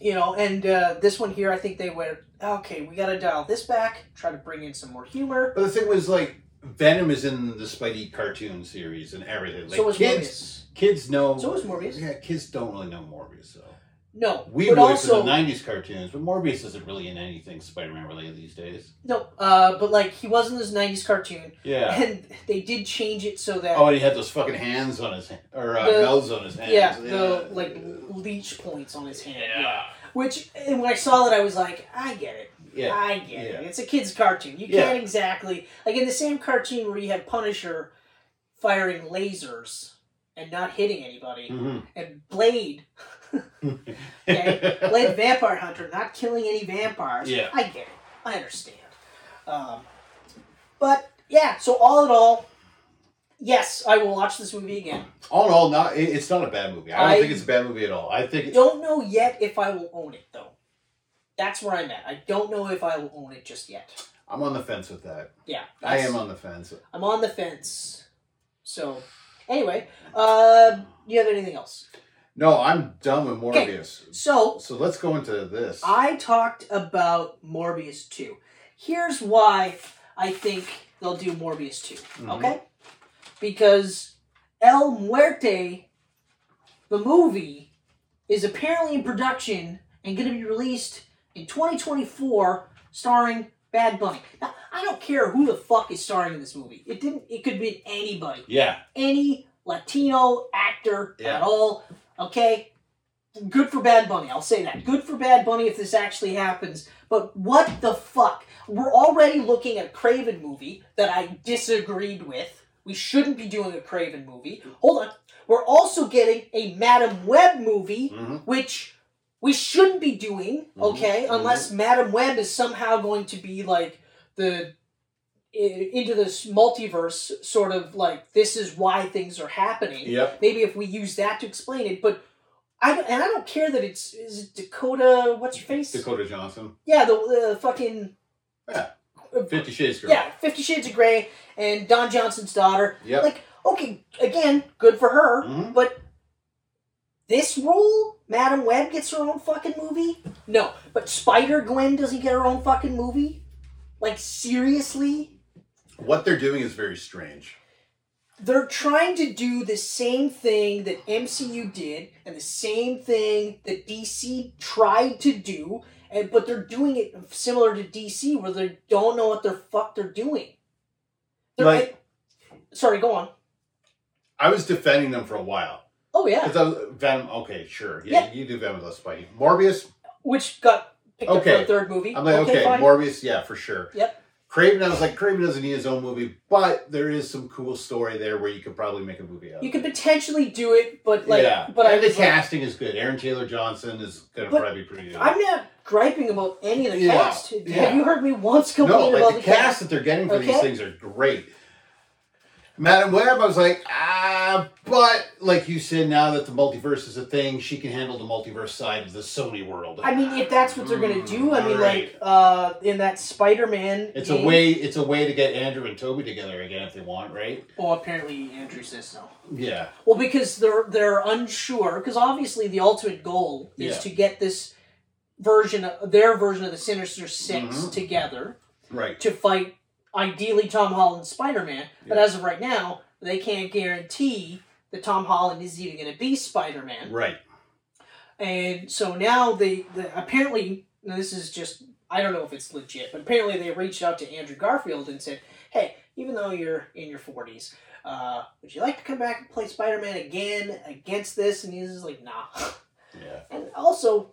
A: you know, and uh, this one here, I think they went, okay, we got to dial this back, try to bring in some more humor.
B: But the thing was, like, Venom is in the Spidey cartoon series and everything. Like,
A: so was
B: kids,
A: Morbius.
B: kids know.
A: So was Morbius.
B: Yeah, kids don't really know Morbius though.
A: No,
B: We
A: but
B: would
A: also
B: for the '90s cartoons, but Morbius isn't really in anything Spider-Man related these days.
A: no, uh, but like he was in this '90s cartoon,
B: Yeah.
A: and they did change it so that
B: Oh, and he had those fucking hands on his hand, or uh,
A: The-
B: bells on his hands.
A: yeah, the like leech points on his hand.
B: yeah,
A: Which and when I saw that, I was like, I get it.
B: yeah,
A: I get it.
B: Yeah.
A: It's a kid's cartoon. You
B: Yeah.
A: can't exactly like in the same cartoon where you have Punisher firing lasers and not hitting anybody,
B: Mhm.
A: and Blade, Okay. Blade Vampire Hunter not killing any vampires.
B: Yeah.
A: I get it. I understand. Um, but yeah, so all in all, yes, I will watch this movie again.
B: all in all, not it- it's not a bad movie. I don't
A: I-
B: think it's a bad movie at all. I think
A: Don't know yet if I will own it though. That's where I'm at. I don't know if I will own it just yet.
B: I'm on the fence with that.
A: Yeah,
B: I
A: that's-
B: am on the fence.
A: I'm on the fence. So, anyway, uh, you have anything else?
B: No, I'm done with
A: Okay.
B: Morbius.
A: So,
B: So let's go into this.
A: I talked about Morbius 2. Here's why I think they'll do Morbius 2,
B: Mhm.
A: okay? Because El Muerte, the movie, is apparently in production and going to be released in 2024, starring Bad Bunny. Now, I don't care who the fuck is starring in this movie. It didn't. It could be anybody.
B: Yeah,
A: any Latino actor
B: Yeah.
A: at all. Okay? Good for Bad Bunny, I'll say that. Good for Bad Bunny if this actually happens. But what the fuck? We're already looking at a Craven movie that I disagreed with. We shouldn't be doing a Craven movie. Hold on. We're also getting a Madam Web movie,
B: Mhm.
A: which we shouldn't be doing,
B: Mhm.
A: okay? Unless Madam Web is somehow going to be like the i- into this multiverse sort of like this is why things are happening.
B: yep.
A: Maybe if we use that to explain it, but I don't- and I don't care that it's is it Dakota what's her face?
B: Dakota Johnson,
A: Yeah, the, the fucking
B: Yeah.
A: Uh,
B: Fifty Shades girl.
A: yeah, Fifty Shades of Grey and Don Johnson's daughter.
B: Yep.
A: Like okay, again, good for her,
B: Mhm.
A: but this role, Madam Web gets her own fucking movie. No, but Spider Gwen doesn't get her own fucking movie. Like seriously.
B: What they're doing is very strange.
A: they're trying to do the same thing that MCU did and the same thing that DC tried to do, and but they're doing it similar to DC where they don't know what the fuck they're doing. They're,
B: Like-
A: sorry, go on.
B: I was defending them for a while
A: Oh yeah,
B: because I was, Venom. Okay, sure. Yeah, you do Venom with Spidey. Morbius.
A: which got picked up for
B: Okay.
A: a third movie.
B: I'm like, okay,
A: fine.
B: Morbius. Yeah, for sure.
A: Yep.
B: Craven. I was like, Craven doesn't need his own movie, but there is some cool story there where you could probably make a movie out.
A: you
B: of
A: could potentially do it, but like,
B: yeah,
A: but I
B: and the
A: was like,
B: casting is good. Aaron Taylor Johnson is gonna
A: But
B: probably be pretty good.
A: I'm not griping about any of the
B: Yeah,
A: cast.
B: yeah.
A: Have you heard me once complain
B: no,
A: about
B: like the,
A: the
B: cast, that they're getting for these
A: Okay.
B: things are great. Madam Web, I was like, ah, but like you said, now that the multiverse is a thing, she can handle the multiverse side of the Sony world.
A: I mean, if that's what they're gonna do, I
B: Mm,
A: mean,
B: right.
A: like eh. uh, in that Spider-Man.
B: It's
A: game-
B: a way. It's a way to get Andrew and Toby together again if they want, right?
A: Well, apparently Andrew says no.
B: Yeah.
A: Well, because they're they're unsure. Because obviously, the ultimate goal is
B: Yeah.
A: to get this version, of, their version of the Sinister 6
B: Mhm.
A: together
B: Right.
A: to fight, ideally Tom Holland's Spider-Man. But
B: Yeah.
A: as of right now, they can't guarantee that Tom Holland is even going to be Spider-Man.
B: Right.
A: And so now they, the, apparently, now this is just, I don't know if it's legit, but apparently they reached out to Andrew Garfield and said, hey, even though you're in your 40s, uh, would you like to come back and play Spider Man again against this? And he's just like, nah.
B: Yeah. Ah,
A: And also,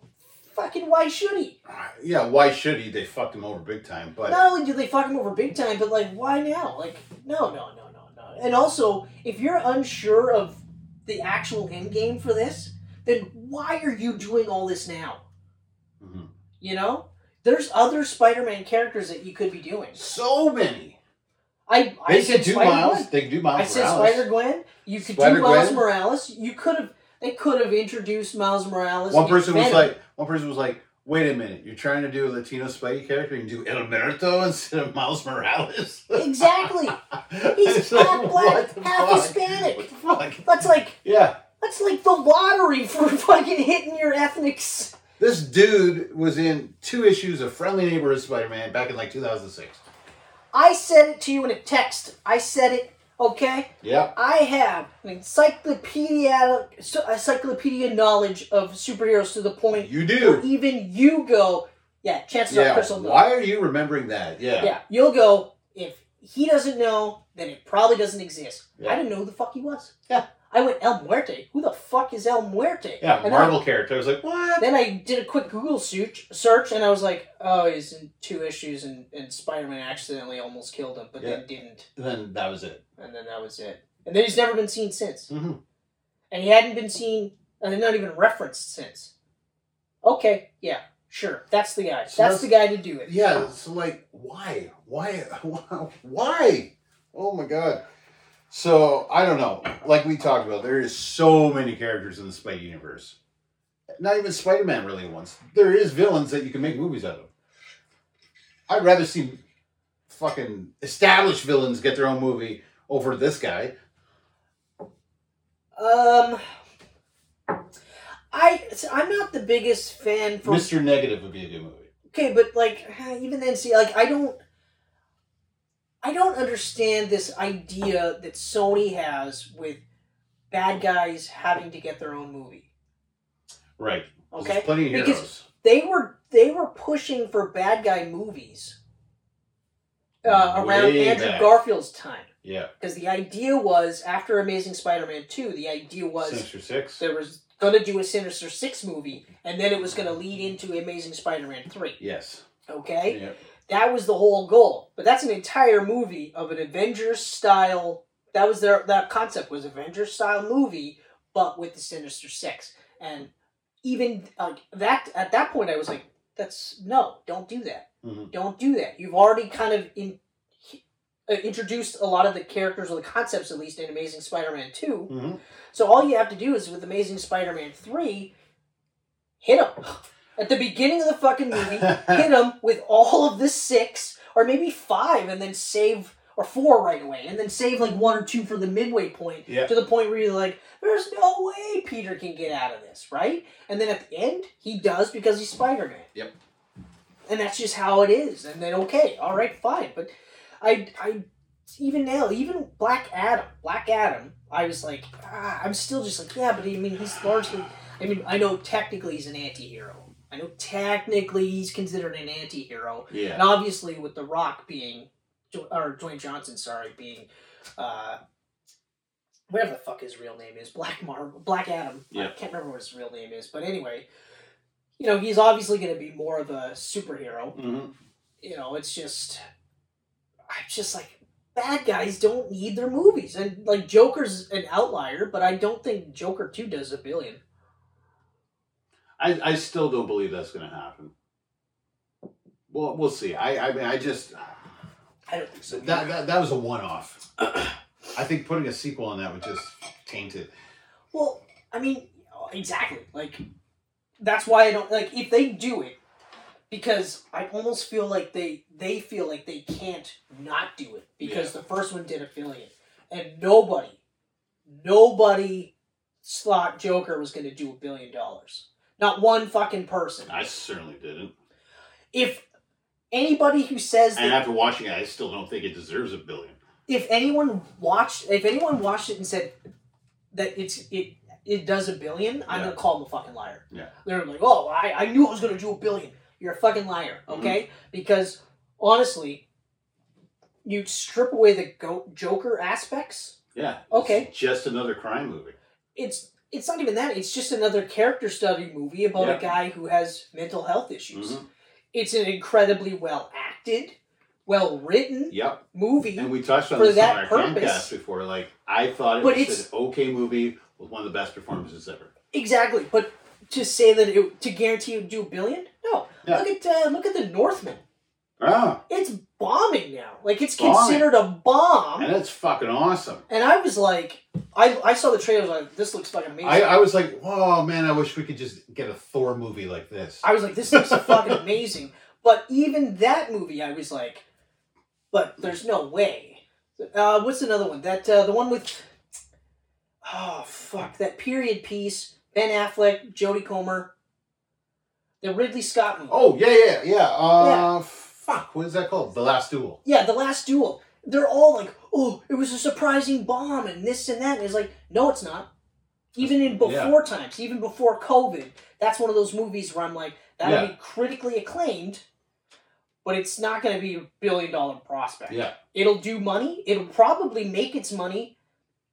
A: fucking why should he?
B: Yeah. Why should he? They fucked him over big time, but
A: Not only did they fuck him over big time, but like, why now? Like, no, no, no, no, no. And also, if you're unsure of the actual end game for this, then why are you doing all this now?
B: Mhm.
A: You know, there's other Spider-Man characters that you could be doing.
B: so many.
A: I I
B: They
A: said
B: could do
A: Spider-Gwen.
B: Miles. They could do Miles.
A: I said
B: Morales.
A: Spider Gwen. You could do
B: Spider-Gwen.
A: Miles Morales. You could have. They could have introduced Miles Morales.
B: One
A: in
B: person was
A: Venom.
B: like, one person was like, wait a minute, you're trying to do a Latino Spidey character and do El Merito instead of Miles Morales?
A: exactly.
B: It's
A: He's
B: like,
A: half
B: what
A: black,
B: the
A: half
B: fuck?
A: Hispanic.
B: What the fuck?
A: That's like
B: Yeah,
A: that's like the lottery for fucking hitting your ethnics.
B: This dude was in two issues of Friendly Neighborhood Spider-Man back in like 2006.
A: I sent it to you in a text. I said it, okay?
B: Yeah.
A: I have an encyclopedia, encyclopedia knowledge of superheroes to the point
B: You
A: where
B: do.
A: even you go, yeah, chances are
B: Yeah.
A: Chris will know.
B: Why are you remembering that? Yeah.
A: Yeah, you'll go, if he doesn't know, then it probably doesn't exist.
B: Yeah.
A: I didn't know who the fuck he was.
B: Yeah.
A: I went El Muerte. Who the fuck is El Muerte?
B: Yeah,
A: And
B: Marvel character. I was like,
A: I-
B: what?
A: Then I did a quick Google search, search, and I was like, "Oh, he's in two issues, and, and Spider-Man accidentally almost killed him, but then didn't,
B: And then that was it.
A: and then that was it. And then he's never been seen since,
B: hmm
A: and he hadn't been seen, and not even referenced since. Okay, yeah, sure, that's the guy.
B: So
A: that's the guy to do it.
B: Yeah, so like, why? Why? Why? Oh my god. So, I don't know. Like we talked about, there is so many characters in the Spidey universe. Not even Spider Man really wants. There is villains that you can make movies out of. I'd rather see fucking established villains get their own movie over this guy.
A: Um, I so I'm not the biggest fan for
B: Mr. Negative would be a good movie.
A: okay, but like even then, see, like I don't, I don't understand this idea that Sony has with bad guys having to get their own movie.
B: Right. There's
A: Okay,
B: plenty of
A: Because-
B: heroes.
A: they were they were pushing for bad guy movies uh, around
B: Way
A: Andrew
B: back.
A: Garfield's time
B: yeah.
A: because the idea was after Amazing Spider-Man two, the idea was
B: Sinister Six.
A: there was gonna do a Sinister Six movie, and then it was gonna lead into Amazing Spider-Man three.
B: Yes.
A: Okay,
B: Yeah.
A: that was the whole goal. But that's an entire movie of an Avengers style. That was their that concept was Avengers style movie, but with the Sinister Six. And even like that at that point, I was like, "That's no, don't do that.
B: Mhm.
A: Don't do that. You've already kind of in." uh, Introduced a lot of the characters or the concepts, at least in Amazing Spider-Man Two,
B: hmm
A: so all you have to do is with Amazing Spider-Man three, hit him at the beginning of the fucking movie. hit him with all of the six or maybe five, and then save or four right away, and then save like one or two for the midway point
B: Yeah.
A: to the point where you're like, "There's no way Peter can get out of this," right? And then at the end, he does because he's Spider-Man.
B: Yep.
A: And that's just how it is. And then okay, all right, fine, but I I even now, even Black Adam, Black Adam, I was like, ah, I'm still just like, yeah, but I mean, he's largely, I mean, I know technically he's an anti-hero. I know technically he's considered an anti-hero,
B: Yeah.
A: and obviously with The Rock being, or Dwayne Johnson, sorry, being, uh, whatever the fuck his real name is, Black Mar, Black Adam. I
B: Yeah.
A: can't remember what his real name is, but anyway, you know, he's obviously going to be more of a superhero
B: hmm
A: you know, it's just, I'm just like, bad guys don't need their movies, and like Joker's an outlier, but I don't think Joker two does a billion.
B: I, I still don't believe that's going to happen. Well, we'll see. I, I mean, I just
A: I don't think so.
B: that that, that was a one off. I think putting a sequel on that would just taint it.
A: Well, I mean, exactly. Like, that's why I don't like if they do it, because I almost feel like they they feel like they can't not do it because the first one did a billion, and nobody, nobody thought Joker was going to do a billion dollars. Not one fucking person.
B: I certainly didn't.
A: if anybody who says
B: And
A: that
B: after watching it, I still don't think it deserves a billion.
A: if anyone watched if anyone watched it and said that it's it it does a billion, I'm
B: Yeah.
A: gonna call them a fucking liar.
B: Yeah.
A: They're like, oh, I, I knew it was gonna do a billion. You're a fucking liar,
B: Mm-hmm.
A: okay? Because honestly, you strip away the go- Joker aspects.
B: Yeah.
A: Okay.
B: It's just another crime movie.
A: It's it's not even that. It's just another character study movie about a
B: Yeah.
A: guy who has mental health issues.
B: Mhm.
A: It's an incredibly well acted, well written
B: Yep.
A: movie.
B: And we touched on
A: For
B: this
A: that
B: on our
A: purpose-
B: podcast before. Like I thought it
A: But
B: was
A: it's-
B: an okay movie with one of the best performances ever.
A: Exactly, but to say that it, to guarantee you do a billion, no.
B: Yeah.
A: Look at uh, look at the Northman.
B: Ah,
A: It's bombing now. Like it's
B: Bombing.
A: considered a bomb.
B: and it's fucking awesome.
A: And I was like, I I saw the trailers. Like this looks fucking amazing.
B: I, I was like, whoa, man, I wish we could just get a Thor movie like this.
A: I was like, this looks fucking amazing. But even that movie, I was like, but there's no way. Uh, what's another one? That uh, the one with oh fuck that period piece. Ben Affleck, Jodie Comer. The Ridley Scott movie.
B: Oh yeah, yeah, yeah. Uh, Fuck, what is that called? The Last Duel.
A: Yeah, The Last Duel. They're all like, oh, it was a surprising bomb and this and that. And it's like, no, it's not. Even in before
B: Yeah.
A: times, even before COVID, that's one of those movies where I'm like, that'll be critically acclaimed, but it's not going to be a billion dollar prospect.
B: Yeah,
A: It'll do money. It'll probably make its money,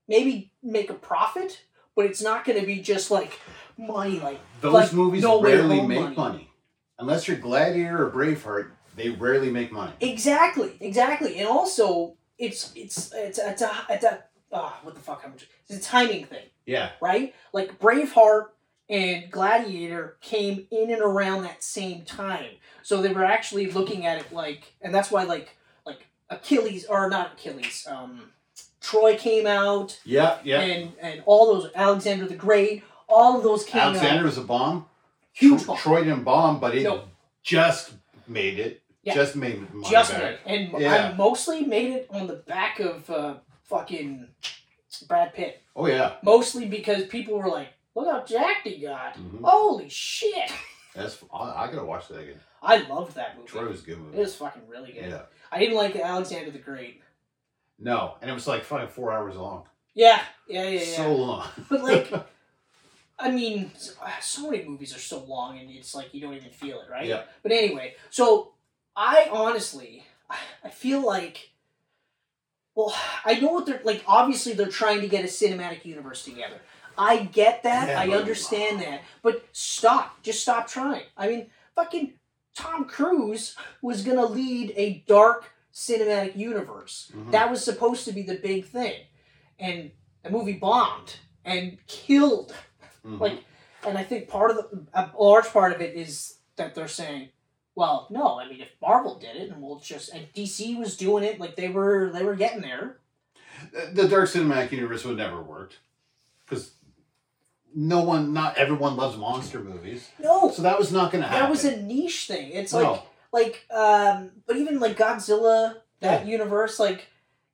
A: maybe make a profit, but it's not going to be just like money. Like
B: those
A: Like,
B: movies
A: No Way
B: rarely
A: Home
B: make
A: money.
B: money. unless you're Gladiator or Braveheart. They rarely make money.
A: exactly, exactly, and also it's it's it's it's a it's a ah what the fuck I'm it's a timing thing,
B: Yeah,
A: right? Like Braveheart and Gladiator came in and around that same time, so they were actually looking at it like, and that's why like like Achilles or not Achilles, um, Troy came out.
B: yeah, yeah.
A: and and all those Alexander the Great, all of those came
B: Alexander
A: out.
B: was a bomb.
A: Huge
B: Tro-
A: bomb.
B: Troy didn't bomb, but it
A: No.
B: just made it.
A: Yeah.
B: Just made money
A: just
B: back.
A: made, and
B: Yeah.
A: I mostly made it on the back of uh, fucking Brad Pitt,
B: Oh yeah,
A: mostly because people were like, "Look how jacked he got!
B: Mhm.
A: Holy shit!"
B: that's. I, I gotta watch that again.
A: I loved that movie.
B: Troy was a good
A: It
B: movie.
A: was fucking really good.
B: Yeah.
A: I didn't like Alexander the Great.
B: No, and it was like fucking four hours long.
A: Yeah, yeah, yeah, yeah.
B: So long.
A: but like, I mean, so- so many movies are so long, and it's like you don't even feel it, right?
B: Yeah.
A: But anyway, so I honestly, I feel like, well, I know what they're like. Obviously, they're trying to get a cinematic universe together. I get that.
B: Yeah,
A: I
B: but-
A: understand that. But stop. Just stop trying. I mean, fucking Tom Cruise was gonna lead a dark cinematic universe.
B: Mhm.
A: Mm-hmm. That was supposed to be the big thing. And the movie bombed and killed.
B: Mhm.
A: Like, And I think part of the, a large part of it is that they're saying, well, no, I mean, if Marvel did it, and we'll just, and DC was doing it, like they were, they were getting there.
B: the dark cinematic universe would never worked because no one, not everyone, loves monster movies,
A: No,
B: so that was not going to happen.
A: that was a niche thing. It's
B: No.
A: like, like, um, but even like Godzilla, that universe, like,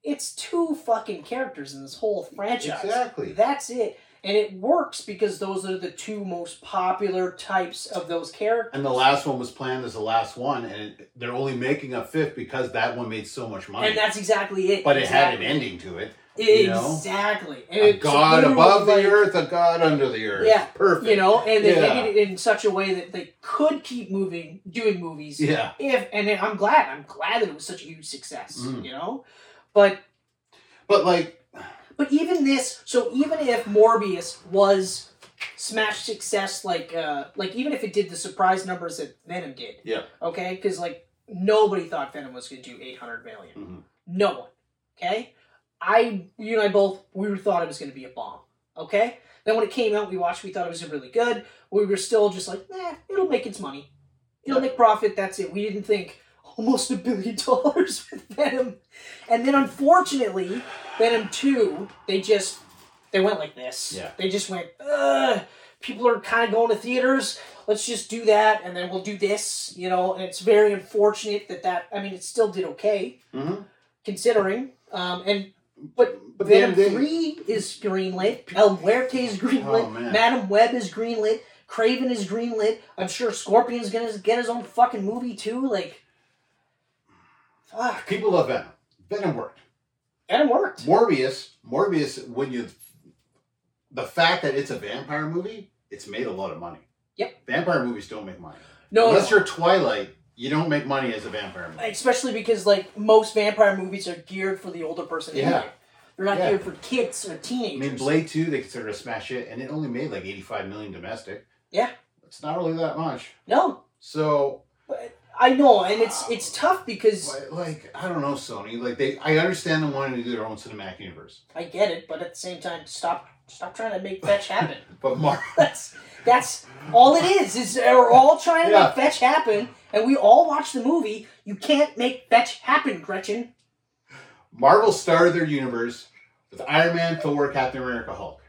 A: it's two fucking characters in this whole franchise.
B: exactly.
A: That's it. And it works because those are the two most popular types of those characters.
B: And the last one was planned as the last one, and it, they're only making a fifth because that one made so much money.
A: And that's exactly it.
B: but it had
A: exactly.
B: an ending to it. you know?
A: Exactly. And
B: A
A: it's
B: god
A: literally
B: above
A: like,
B: the earth, a god under the earth.
A: Yeah,
B: perfect.
A: You know, and they
B: Yeah.
A: did it in such a way that they could keep moving, doing movies.
B: yeah.
A: If and then I'm glad, I'm glad that it was such a huge success.
B: Mm.
A: You know, but
B: But like,
A: But even this, so even if Morbius was smash success, like uh, like even if it did the surprise numbers that Venom did,
B: Yeah.
A: okay, because like nobody thought Venom was going to do eight hundred million.
B: Mhm.
A: No one, okay. I you and I both we thought it was going to be a bomb, okay. Then when it came out, we watched. We thought it was really good. We were still just like, nah, it'll make its money, it'll
B: Yeah.
A: make profit. That's it. We didn't think almost a billion dollars with Venom, and then unfortunately. Venom two, they just they went like this.
B: Yeah.
A: They just went. Ugh, people are kind of going to theaters. Let's just do that, and then we'll do this. You know, and it's very unfortunate that that. I mean, it still did okay
B: mhm.
A: considering. Um, and
B: but
A: Venom
B: then they-
A: three is greenlit. El Muerte is greenlit.
B: Oh, man.
A: Madam Web is greenlit. Craven is greenlit. I'm sure Scorpion's gonna get his own fucking movie too. Like, fuck,
B: people love Venom. Venom worked.
A: and it worked.
B: Morbius, Morbius, when you, the fact that it's a vampire movie, it's made a lot of money.
A: Yep.
B: Vampire movies don't make money.
A: No,
B: Unless
A: no.
B: you're Twilight, you don't make money as a vampire movie.
A: especially because like most vampire movies are geared for the older person.
B: Yeah.
A: anyway. they're not
B: Yeah.
A: geared for kids or
B: I
A: teenagers.
B: mean, Blade Two, they consider a smash hit, and it only made like eighty-five million domestic.
A: Yeah.
B: it's not really that much.
A: no,
B: So,
A: I know, and it's
B: Wow.
A: it's tough because
B: li- like, I don't know, Sony. Like, they, I understand them wanting to do their own cinematic universe,
A: I get it, but at the same time, stop stop trying to make fetch happen.
B: but Mar-
A: that's that's all it is. Is we're all trying to
B: Yeah.
A: make fetch happen, and we all watch the movie. You can't make fetch happen, Gretchen.
B: Marvel started their universe with Iron Man, Thor, Captain America, Hulk.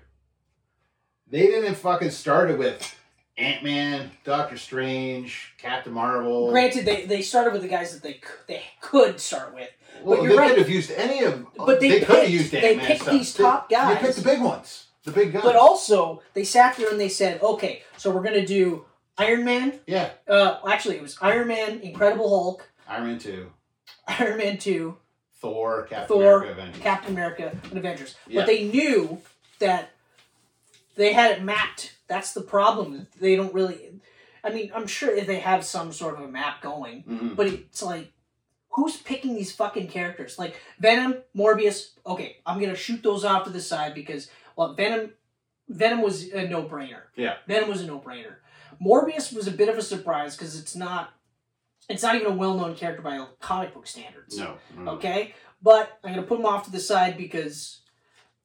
B: They didn't fucking start it with Ant Man, Doctor Strange, Captain Marvel.
A: Granted, they, they started with the guys that they c- they could start with,
B: Well,
A: but
B: they
A: you're right.
B: could have used any of.
A: But they
B: could have
A: picked-
B: used
A: they
B: Ant Man.
A: picked these top
B: They,
A: guys.
B: picked the big ones, the big guns.
A: But also, they sat there and they said, okay, so we're going to do Iron Man.
B: Yeah,
A: Uh, actually, it was Iron Man, Incredible Hulk,
B: Iron Man two,
A: Iron Man Two,
B: Thor, Captain
A: Thor,
B: America, Avengers.
A: Captain America, and Avengers.
B: Yeah.
A: But they knew that they had it mapped. That's the problem. They don't really. I mean, I'm sure if they have some sort of a map going,
B: Mhm.
A: but it's like, who's picking these fucking characters? Like Venom, Morbius. Okay, I'm gonna shoot those off to the side because well, Venom, Venom was a no brainer.
B: Yeah.
A: Venom was a no brainer. Morbius was a bit of a surprise because it's not, it's not even a well known character by comic book standards.
B: No. no, no.
A: Okay? But I'm going to put him off to the side because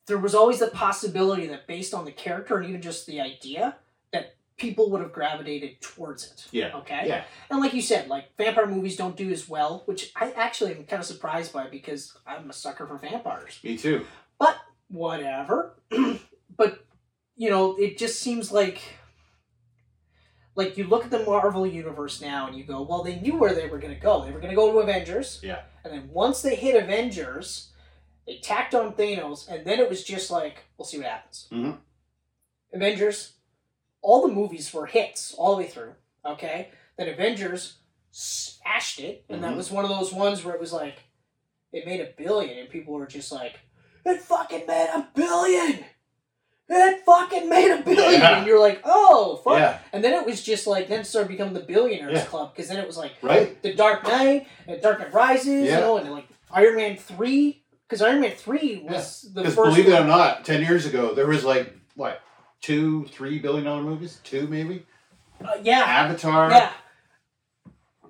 A: there was always the possibility that based on the character and even just the idea, that people would have gravitated towards it.
B: Yeah.
A: Okay?
B: Yeah.
A: And like you said, like vampire movies don't do as well, which I actually am kind of surprised by because I'm a sucker for vampires.
B: Me too.
A: Whatever. but, you know, it just seems like. Like you look at the Marvel universe now and you go, well, they knew where they were going to go. They were going to go to Avengers.
B: Yeah.
A: And then once they hit Avengers, they tacked on Thanos, and then it was just like, we'll see what happens.
B: Mhm.
A: Avengers, all the movies were hits all the way through, okay? Then Avengers smashed it, and that
B: Mhm.
A: was one of those ones where it was like, it made a billion, and people were just like, it fucking made a billion! It fucking made a billion!
B: Yeah.
A: And you're like, oh, fuck.
B: Yeah.
A: And then it was just like, then it started becoming the Billionaires
B: Yeah.
A: Club, because then it was like,
B: Right.
A: the Dark Knight and Dark Knight Rises,
B: Yeah.
A: you know, and like Iron Man three, because Iron Man three was the
B: Because
A: first.
B: believe it or
A: one.
B: not, ten years ago there was like what two, three billion dollar movies, two maybe.
A: Uh, yeah,
B: Avatar,
A: yeah.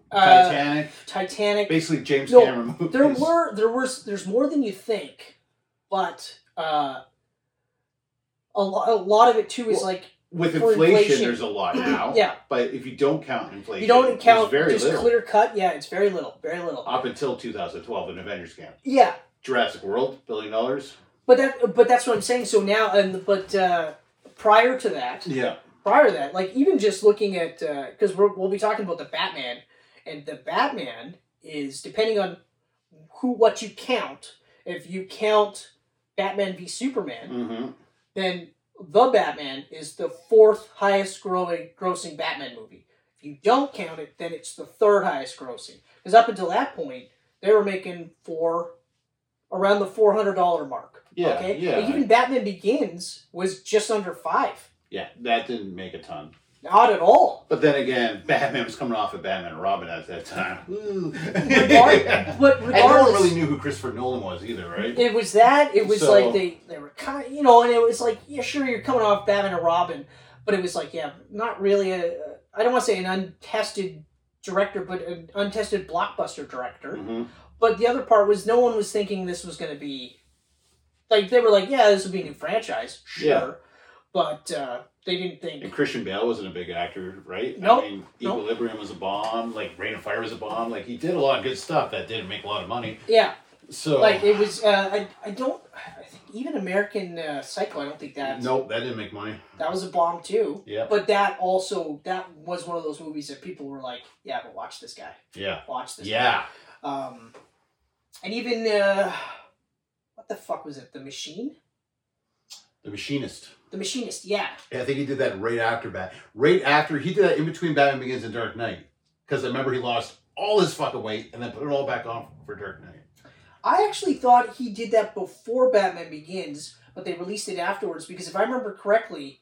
A: Uh,
B: Titanic,
A: Titanic.
B: basically James
A: no,
B: Cameron movies.
A: There were there was there's more than you think, but uh, a lot a lot of it too is
B: Well,
A: like
B: with
A: for
B: inflation,
A: inflation.
B: There's a lot now.
A: yeah
B: But if you don't count inflation,
A: you don't
B: there's
A: count
B: very
A: just
B: little
A: clear cut yeah it's very little very little
B: up until 2012 in Avengers camp.
A: yeah
B: Jurassic World, billion dollars.
A: but that but that's what I'm saying so now and but uh, prior to that
B: Yeah.
A: prior to that, like even just looking at because we're we'll be talking about the Batman, and the Batman is depending on who what you count. If you count Batman v Superman,
B: Mm-hmm.
A: then the Batman is the fourth highest growing grossing Batman movie. If you don't count it, then it's the third highest grossing. Because up until that point, they were making four around the four hundred dollar mark.
B: Yeah,
A: Okay.
B: yeah.
A: Like, even Batman Begins was just under five.
B: Yeah, that didn't make a ton.
A: Not at all.
B: But then again, Batman was coming off of Batman and Robin at that time. Ooh.
A: Regard- but
B: And no one
A: regardless,
B: really knew who Christopher Nolan was either, right?
A: it was that. It was
B: So-
A: like they they were kind, of, you know, and it was like, yeah, sure, you're coming off Batman and Robin, but it was like, yeah, not really a. I don't want to say an untested director, but an untested blockbuster director.
B: hmm
A: But the other part was no one was thinking this was going to be, like they were like, yeah, this will be a new franchise, sure,
B: Yeah.
A: but uh, they didn't think
B: And Christian Bale wasn't a big actor, right?
A: Nope,
B: I mean,
A: nope.
B: Equilibrium was a bomb. Like Rain and Fire was a bomb. Like he did a lot of good stuff that didn't make a lot of money.
A: yeah,
B: So
A: like it was. Uh, I I don't. I think even American uh, Psycho, I don't think that
B: nope, that didn't make money.
A: that was a bomb too.
B: Yeah,
A: But that also that was one of those movies that people were like, "Yeah, but watch this guy,
B: yeah,
A: watch this."
B: yeah.
A: Guy. Um, and even uh, what the fuck was it? The Machine,
B: The Machinist.
A: The Machinist. Yeah,
B: Yeah, I think he did that right after Bat. Right after he did that in between Batman Begins and Dark Knight, because I remember he lost all his fucking weight and then put it all back on for Dark Knight.
A: I actually thought he did that before Batman Begins, but they released it afterwards because if I remember correctly,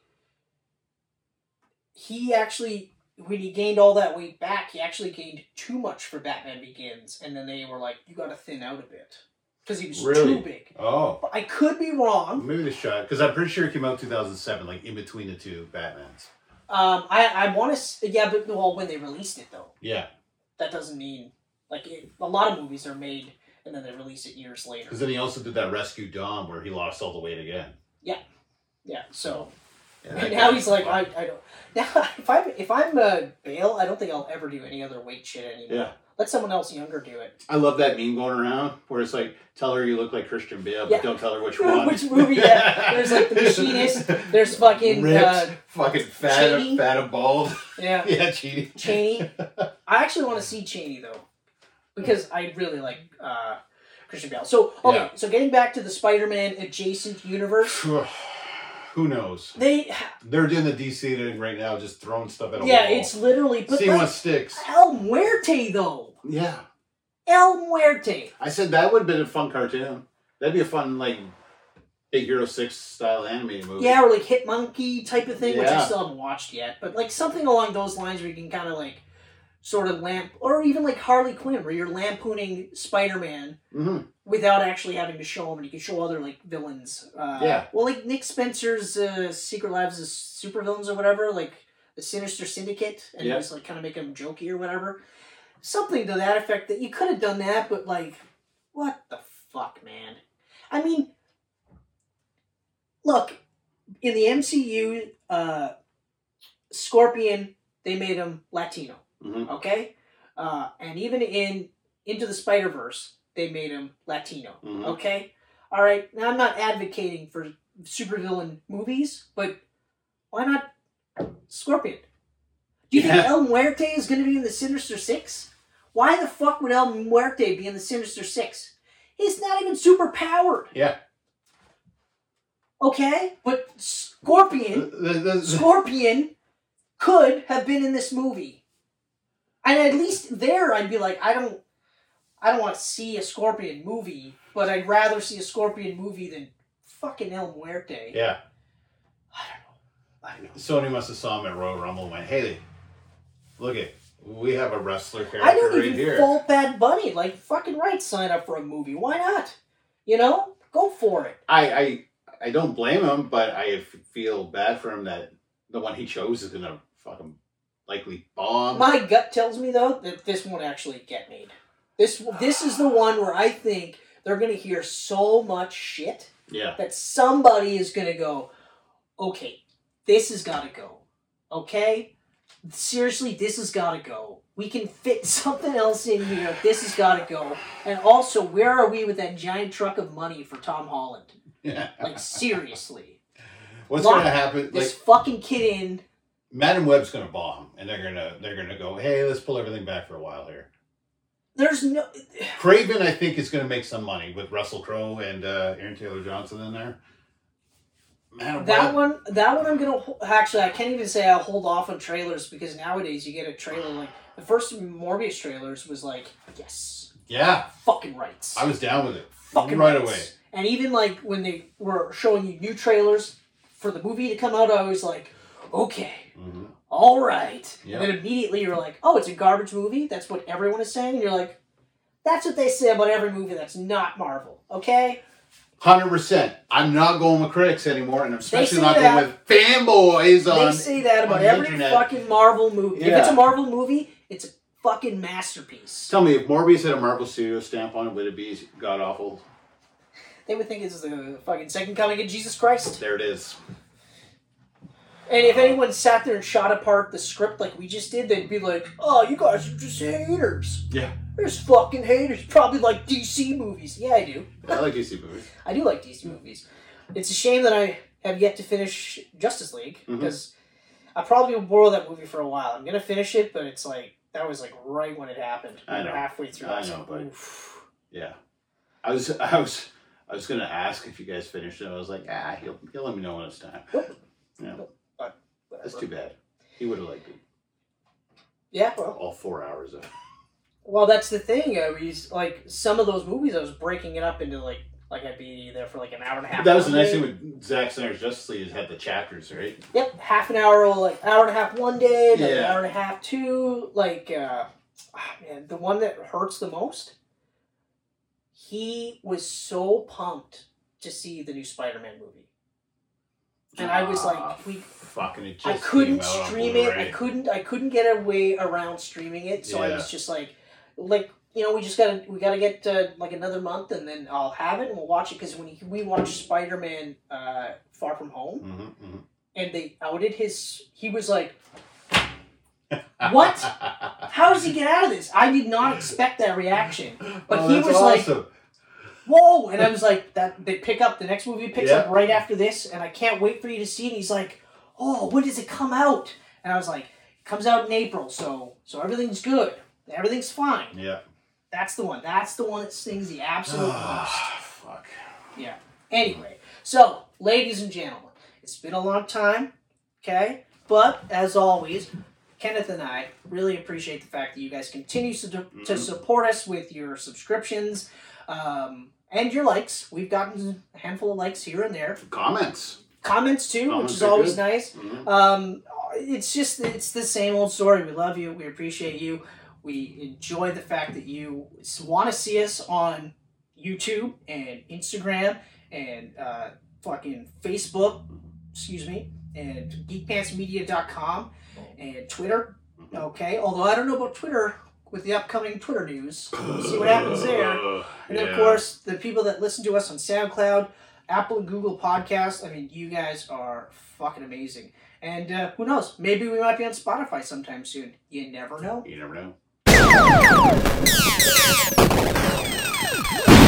A: he actually when he gained all that weight back, he actually gained too much for Batman Begins, and then they were like, "You got to thin out a bit," because he was
B: Really?
A: too big.
B: Oh,
A: But I could be wrong.
B: maybe the shot because I'm pretty sure it came out 2007, like in between the two Batmans.
A: Um, I I want to yeah, but well, when they released it though,
B: Yeah,
A: that doesn't mean like it, a lot of movies are made and then they release it years later.
B: because then he also did that Rescue Dawn where he lost all the weight again.
A: Yeah, so
B: Yeah,
A: and
B: that
A: now
B: guy-
A: he's like, I, I don't. Now if I'm if I'm uh, Bale, I don't think I'll ever do any other weight shit anymore.
B: Yeah,
A: Let someone else younger do it.
B: I love that meme going around where it's like, tell her you look like Christian Bale,
A: Yeah.
B: but don't tell her which one.
A: Which movie, yeah. There's, like, The Machinist, There's fucking
B: Ripped,
A: uh,
B: fucking fat,
A: Cheney.
B: fat and bald.
A: yeah,
B: yeah, cheating.
A: Cheney. I actually want to see Cheney though, because I really like uh, Christian Bale. So okay,
B: Yeah.
A: so getting back to the Spider-Man adjacent universe.
B: Who knows?
A: They
B: They're doing the DC thing right now, just throwing stuff at a
A: yeah,
B: wall.
A: it's literally but
B: see
A: like,
B: what sticks.
A: El Muerte though.
B: Yeah,
A: El Muerte.
B: I said that would have been a fun cartoon. That'd be a fun like Big Hero Six style animated movie.
A: Yeah, or like Hit Monkey type of thing, which I
B: Yeah.
A: still haven't watched yet. But like something along those lines where you can kind of like sort of lamp, or even like Harley Quinn, where you're lampooning Spider Man
B: hmm
A: without actually having to show him, and you can show other like villains. Uh,
B: Yeah.
A: Well, like Nick Spencer's uh, Secret Lives of Supervillains or whatever, like the Sinister Syndicate, and
B: Yeah.
A: just like kind of make him jokey or whatever. Something to that effect that you could have done that, but like, what the fuck, man? I mean, look, in the MCU, uh, Scorpion, they made him Latino
B: hmm
A: okay? Uh, and even in Into the Spider Verse, they made him Latino,
B: Mhm.
A: okay? All right, now I'm not advocating for supervillain movies, but why not Scorpion? Do you think
B: Yeah.
A: El Muerte is going to be in the Sinister Six? Why the fuck would El Muerte be in the Sinister Six? He's not even super powered,
B: Yeah.
A: okay? But Scorpion
B: The- the- the-
A: Scorpion could have been in this movie. And at least there I'd be like, I don't I don't want to see a Scorpion movie, but I'd rather see a Scorpion movie than fucking El Muerte.
B: yeah.
A: I don't know. I don't know.
B: Sony must have saw him at Royal Rumble and went, "Hey, look it, we have a wrestler character
A: I don't
B: right
A: even
B: here."
A: fault Bad Bunny. Like fucking right, sign up for a movie. Why not? You know? Go for it.
B: I, I I don't blame him, but I f- feel bad for him that the one he chose is gonna fucking likely bomb.
A: My gut tells me though that this won't actually get made. This this is the one where I think they're gonna hear so much shit
B: yeah,
A: that somebody is going to go, okay, this has got to go. Okay? Seriously, this has got to go. We can fit something else in here. This has got to go. And also, where are we with that giant truck of money for Tom Holland?
B: yeah.
A: Like, seriously.
B: What's
A: Why?
B: gonna happen?
A: This
B: Like
A: fucking kid in.
B: Madam Web's gonna bomb, and they're gonna they're gonna go, "Hey, let's pull everything back for a while here."
A: There's no.
B: Craven, I think, is gonna make some money with Russell Crowe and uh, Aaron Taylor Johnson in there. Madam
A: That
B: Web,
A: one, that one I'm gonna ho- actually. I can't even say I'll hold off on trailers because nowadays you get a trailer like the first Morbius trailers was like, yes,
B: yeah,
A: fucking rights.
B: I was down with it
A: fucking
B: right
A: rights.
B: away.
A: And even like when they were showing you new trailers for the movie to come out, I was like, okay,
B: hmm
A: all right.
B: Yeah.
A: And then immediately you're like, oh, it's a garbage movie. That's what everyone is saying. And you're like, that's what they say about every movie that's not Marvel. Okay,
B: Hundred percent. I'm not going with critics anymore, and I'm especially
A: say
B: not
A: that.
B: going with fanboys
A: they
B: on.
A: say that
B: on
A: about
B: the
A: every
B: internet.
A: fucking Marvel movie. If
B: Yeah.
A: it's a Marvel movie, it's a fucking masterpiece.
B: Tell me, if Morbius had a Marvel Studio stamp on it, would it be god awful?
A: They would think it's the fucking second coming of Jesus Christ.
B: There it is.
A: And if anyone sat there and shot apart the script like we just did, they'd be like, "Oh, you guys are just haters.
B: Yeah.
A: There's fucking haters. Probably like DC movies. Yeah, I do.
B: I like DC movies.
A: I do like DC movies. It's a shame that I have yet to finish Justice League
B: Mhm.
A: because I probably will borrow that movie for a while. I'm gonna finish it, but it's like that was like right when it happened.
B: I
A: We were
B: know.
A: halfway through.
B: I
A: was
B: know,
A: like,
B: but-
A: "Oof."
B: Yeah. I was I was I was gonna ask if you guys finished it. I was like, ah, he'll he'll let me know when it's time.
A: Nope.
B: Yeah.
A: Nope. But whatever.
B: That's too bad. He would have liked it.
A: Yeah. Well,
B: All four hours of it.
A: Well, that's the thing. I was like some of those movies. I was breaking it up into like like I'd be there for like an hour and a half.
B: That was the
A: one
B: nice
A: day.
B: thing with Zack Snyder's Justice League is had the chapters, right?
A: Yep, half an hour, like hour and a half one day, then an
B: Yeah.
A: hour and a half two. Like, uh, ah, man, the one that hurts the most. He was so pumped to see the new Spider-Man movie, and I was
B: Ah,
A: like, we.
B: fucking it just
A: I couldn't
B: came out on
A: stream it. I
B: Blu-ray.
A: couldn't. I couldn't get a way around streaming it. So I
B: Yeah.
A: was just like, like you know, we just gotta we gotta get uh, like another month, and then I'll have it and we'll watch it because when we watched Spider Man uh, Far From Home,
B: Mhm, mhm.
A: and they outed his. He was like, What?
B: mm-hmm.
A: "How does he get out of this?" I did not expect that reaction. But
B: Oh,
A: he
B: that's
A: was like-
B: awesome. like
A: Whoa! And I was like, "That they pick up the next movie picks
B: Yeah.
A: up right after this, and I can't wait for you to see it." And he's like, "Oh, when does it come out?" And I was like, it "Comes out in April, so so everything's good, everything's fine."
B: Yeah.
A: That's the one. That's the one that stings the absolute most.
B: Ah, fuck.
A: Anyway, so ladies and gentlemen, It's been a long time, okay? But as always, Kenneth and I really appreciate the fact that you guys continue to, to
B: Mhm.
A: support us with your subscriptions um, and your likes. We've gotten a handful of likes here and there.
B: Comments.
A: Comments too,
B: Comments
A: which is
B: are
A: always
B: good.
A: nice.
B: Mhm.
A: Um, it's just it's the same old story. We love you. We appreciate you. We enjoy the fact that you want to see us on YouTube and Instagram and uh, fucking Facebook, excuse me, and geekpantsmedia.com and Twitter. Okay, although I don't know about Twitter with the upcoming Twitter news. See what happens there. And
B: Yeah.
A: of course, the people that listen to us on SoundCloud, Apple and Google Podcasts, I mean, you guys are fucking amazing. And uh, who knows? Maybe we might be on Spotify sometime soon. You never know.
B: You never know.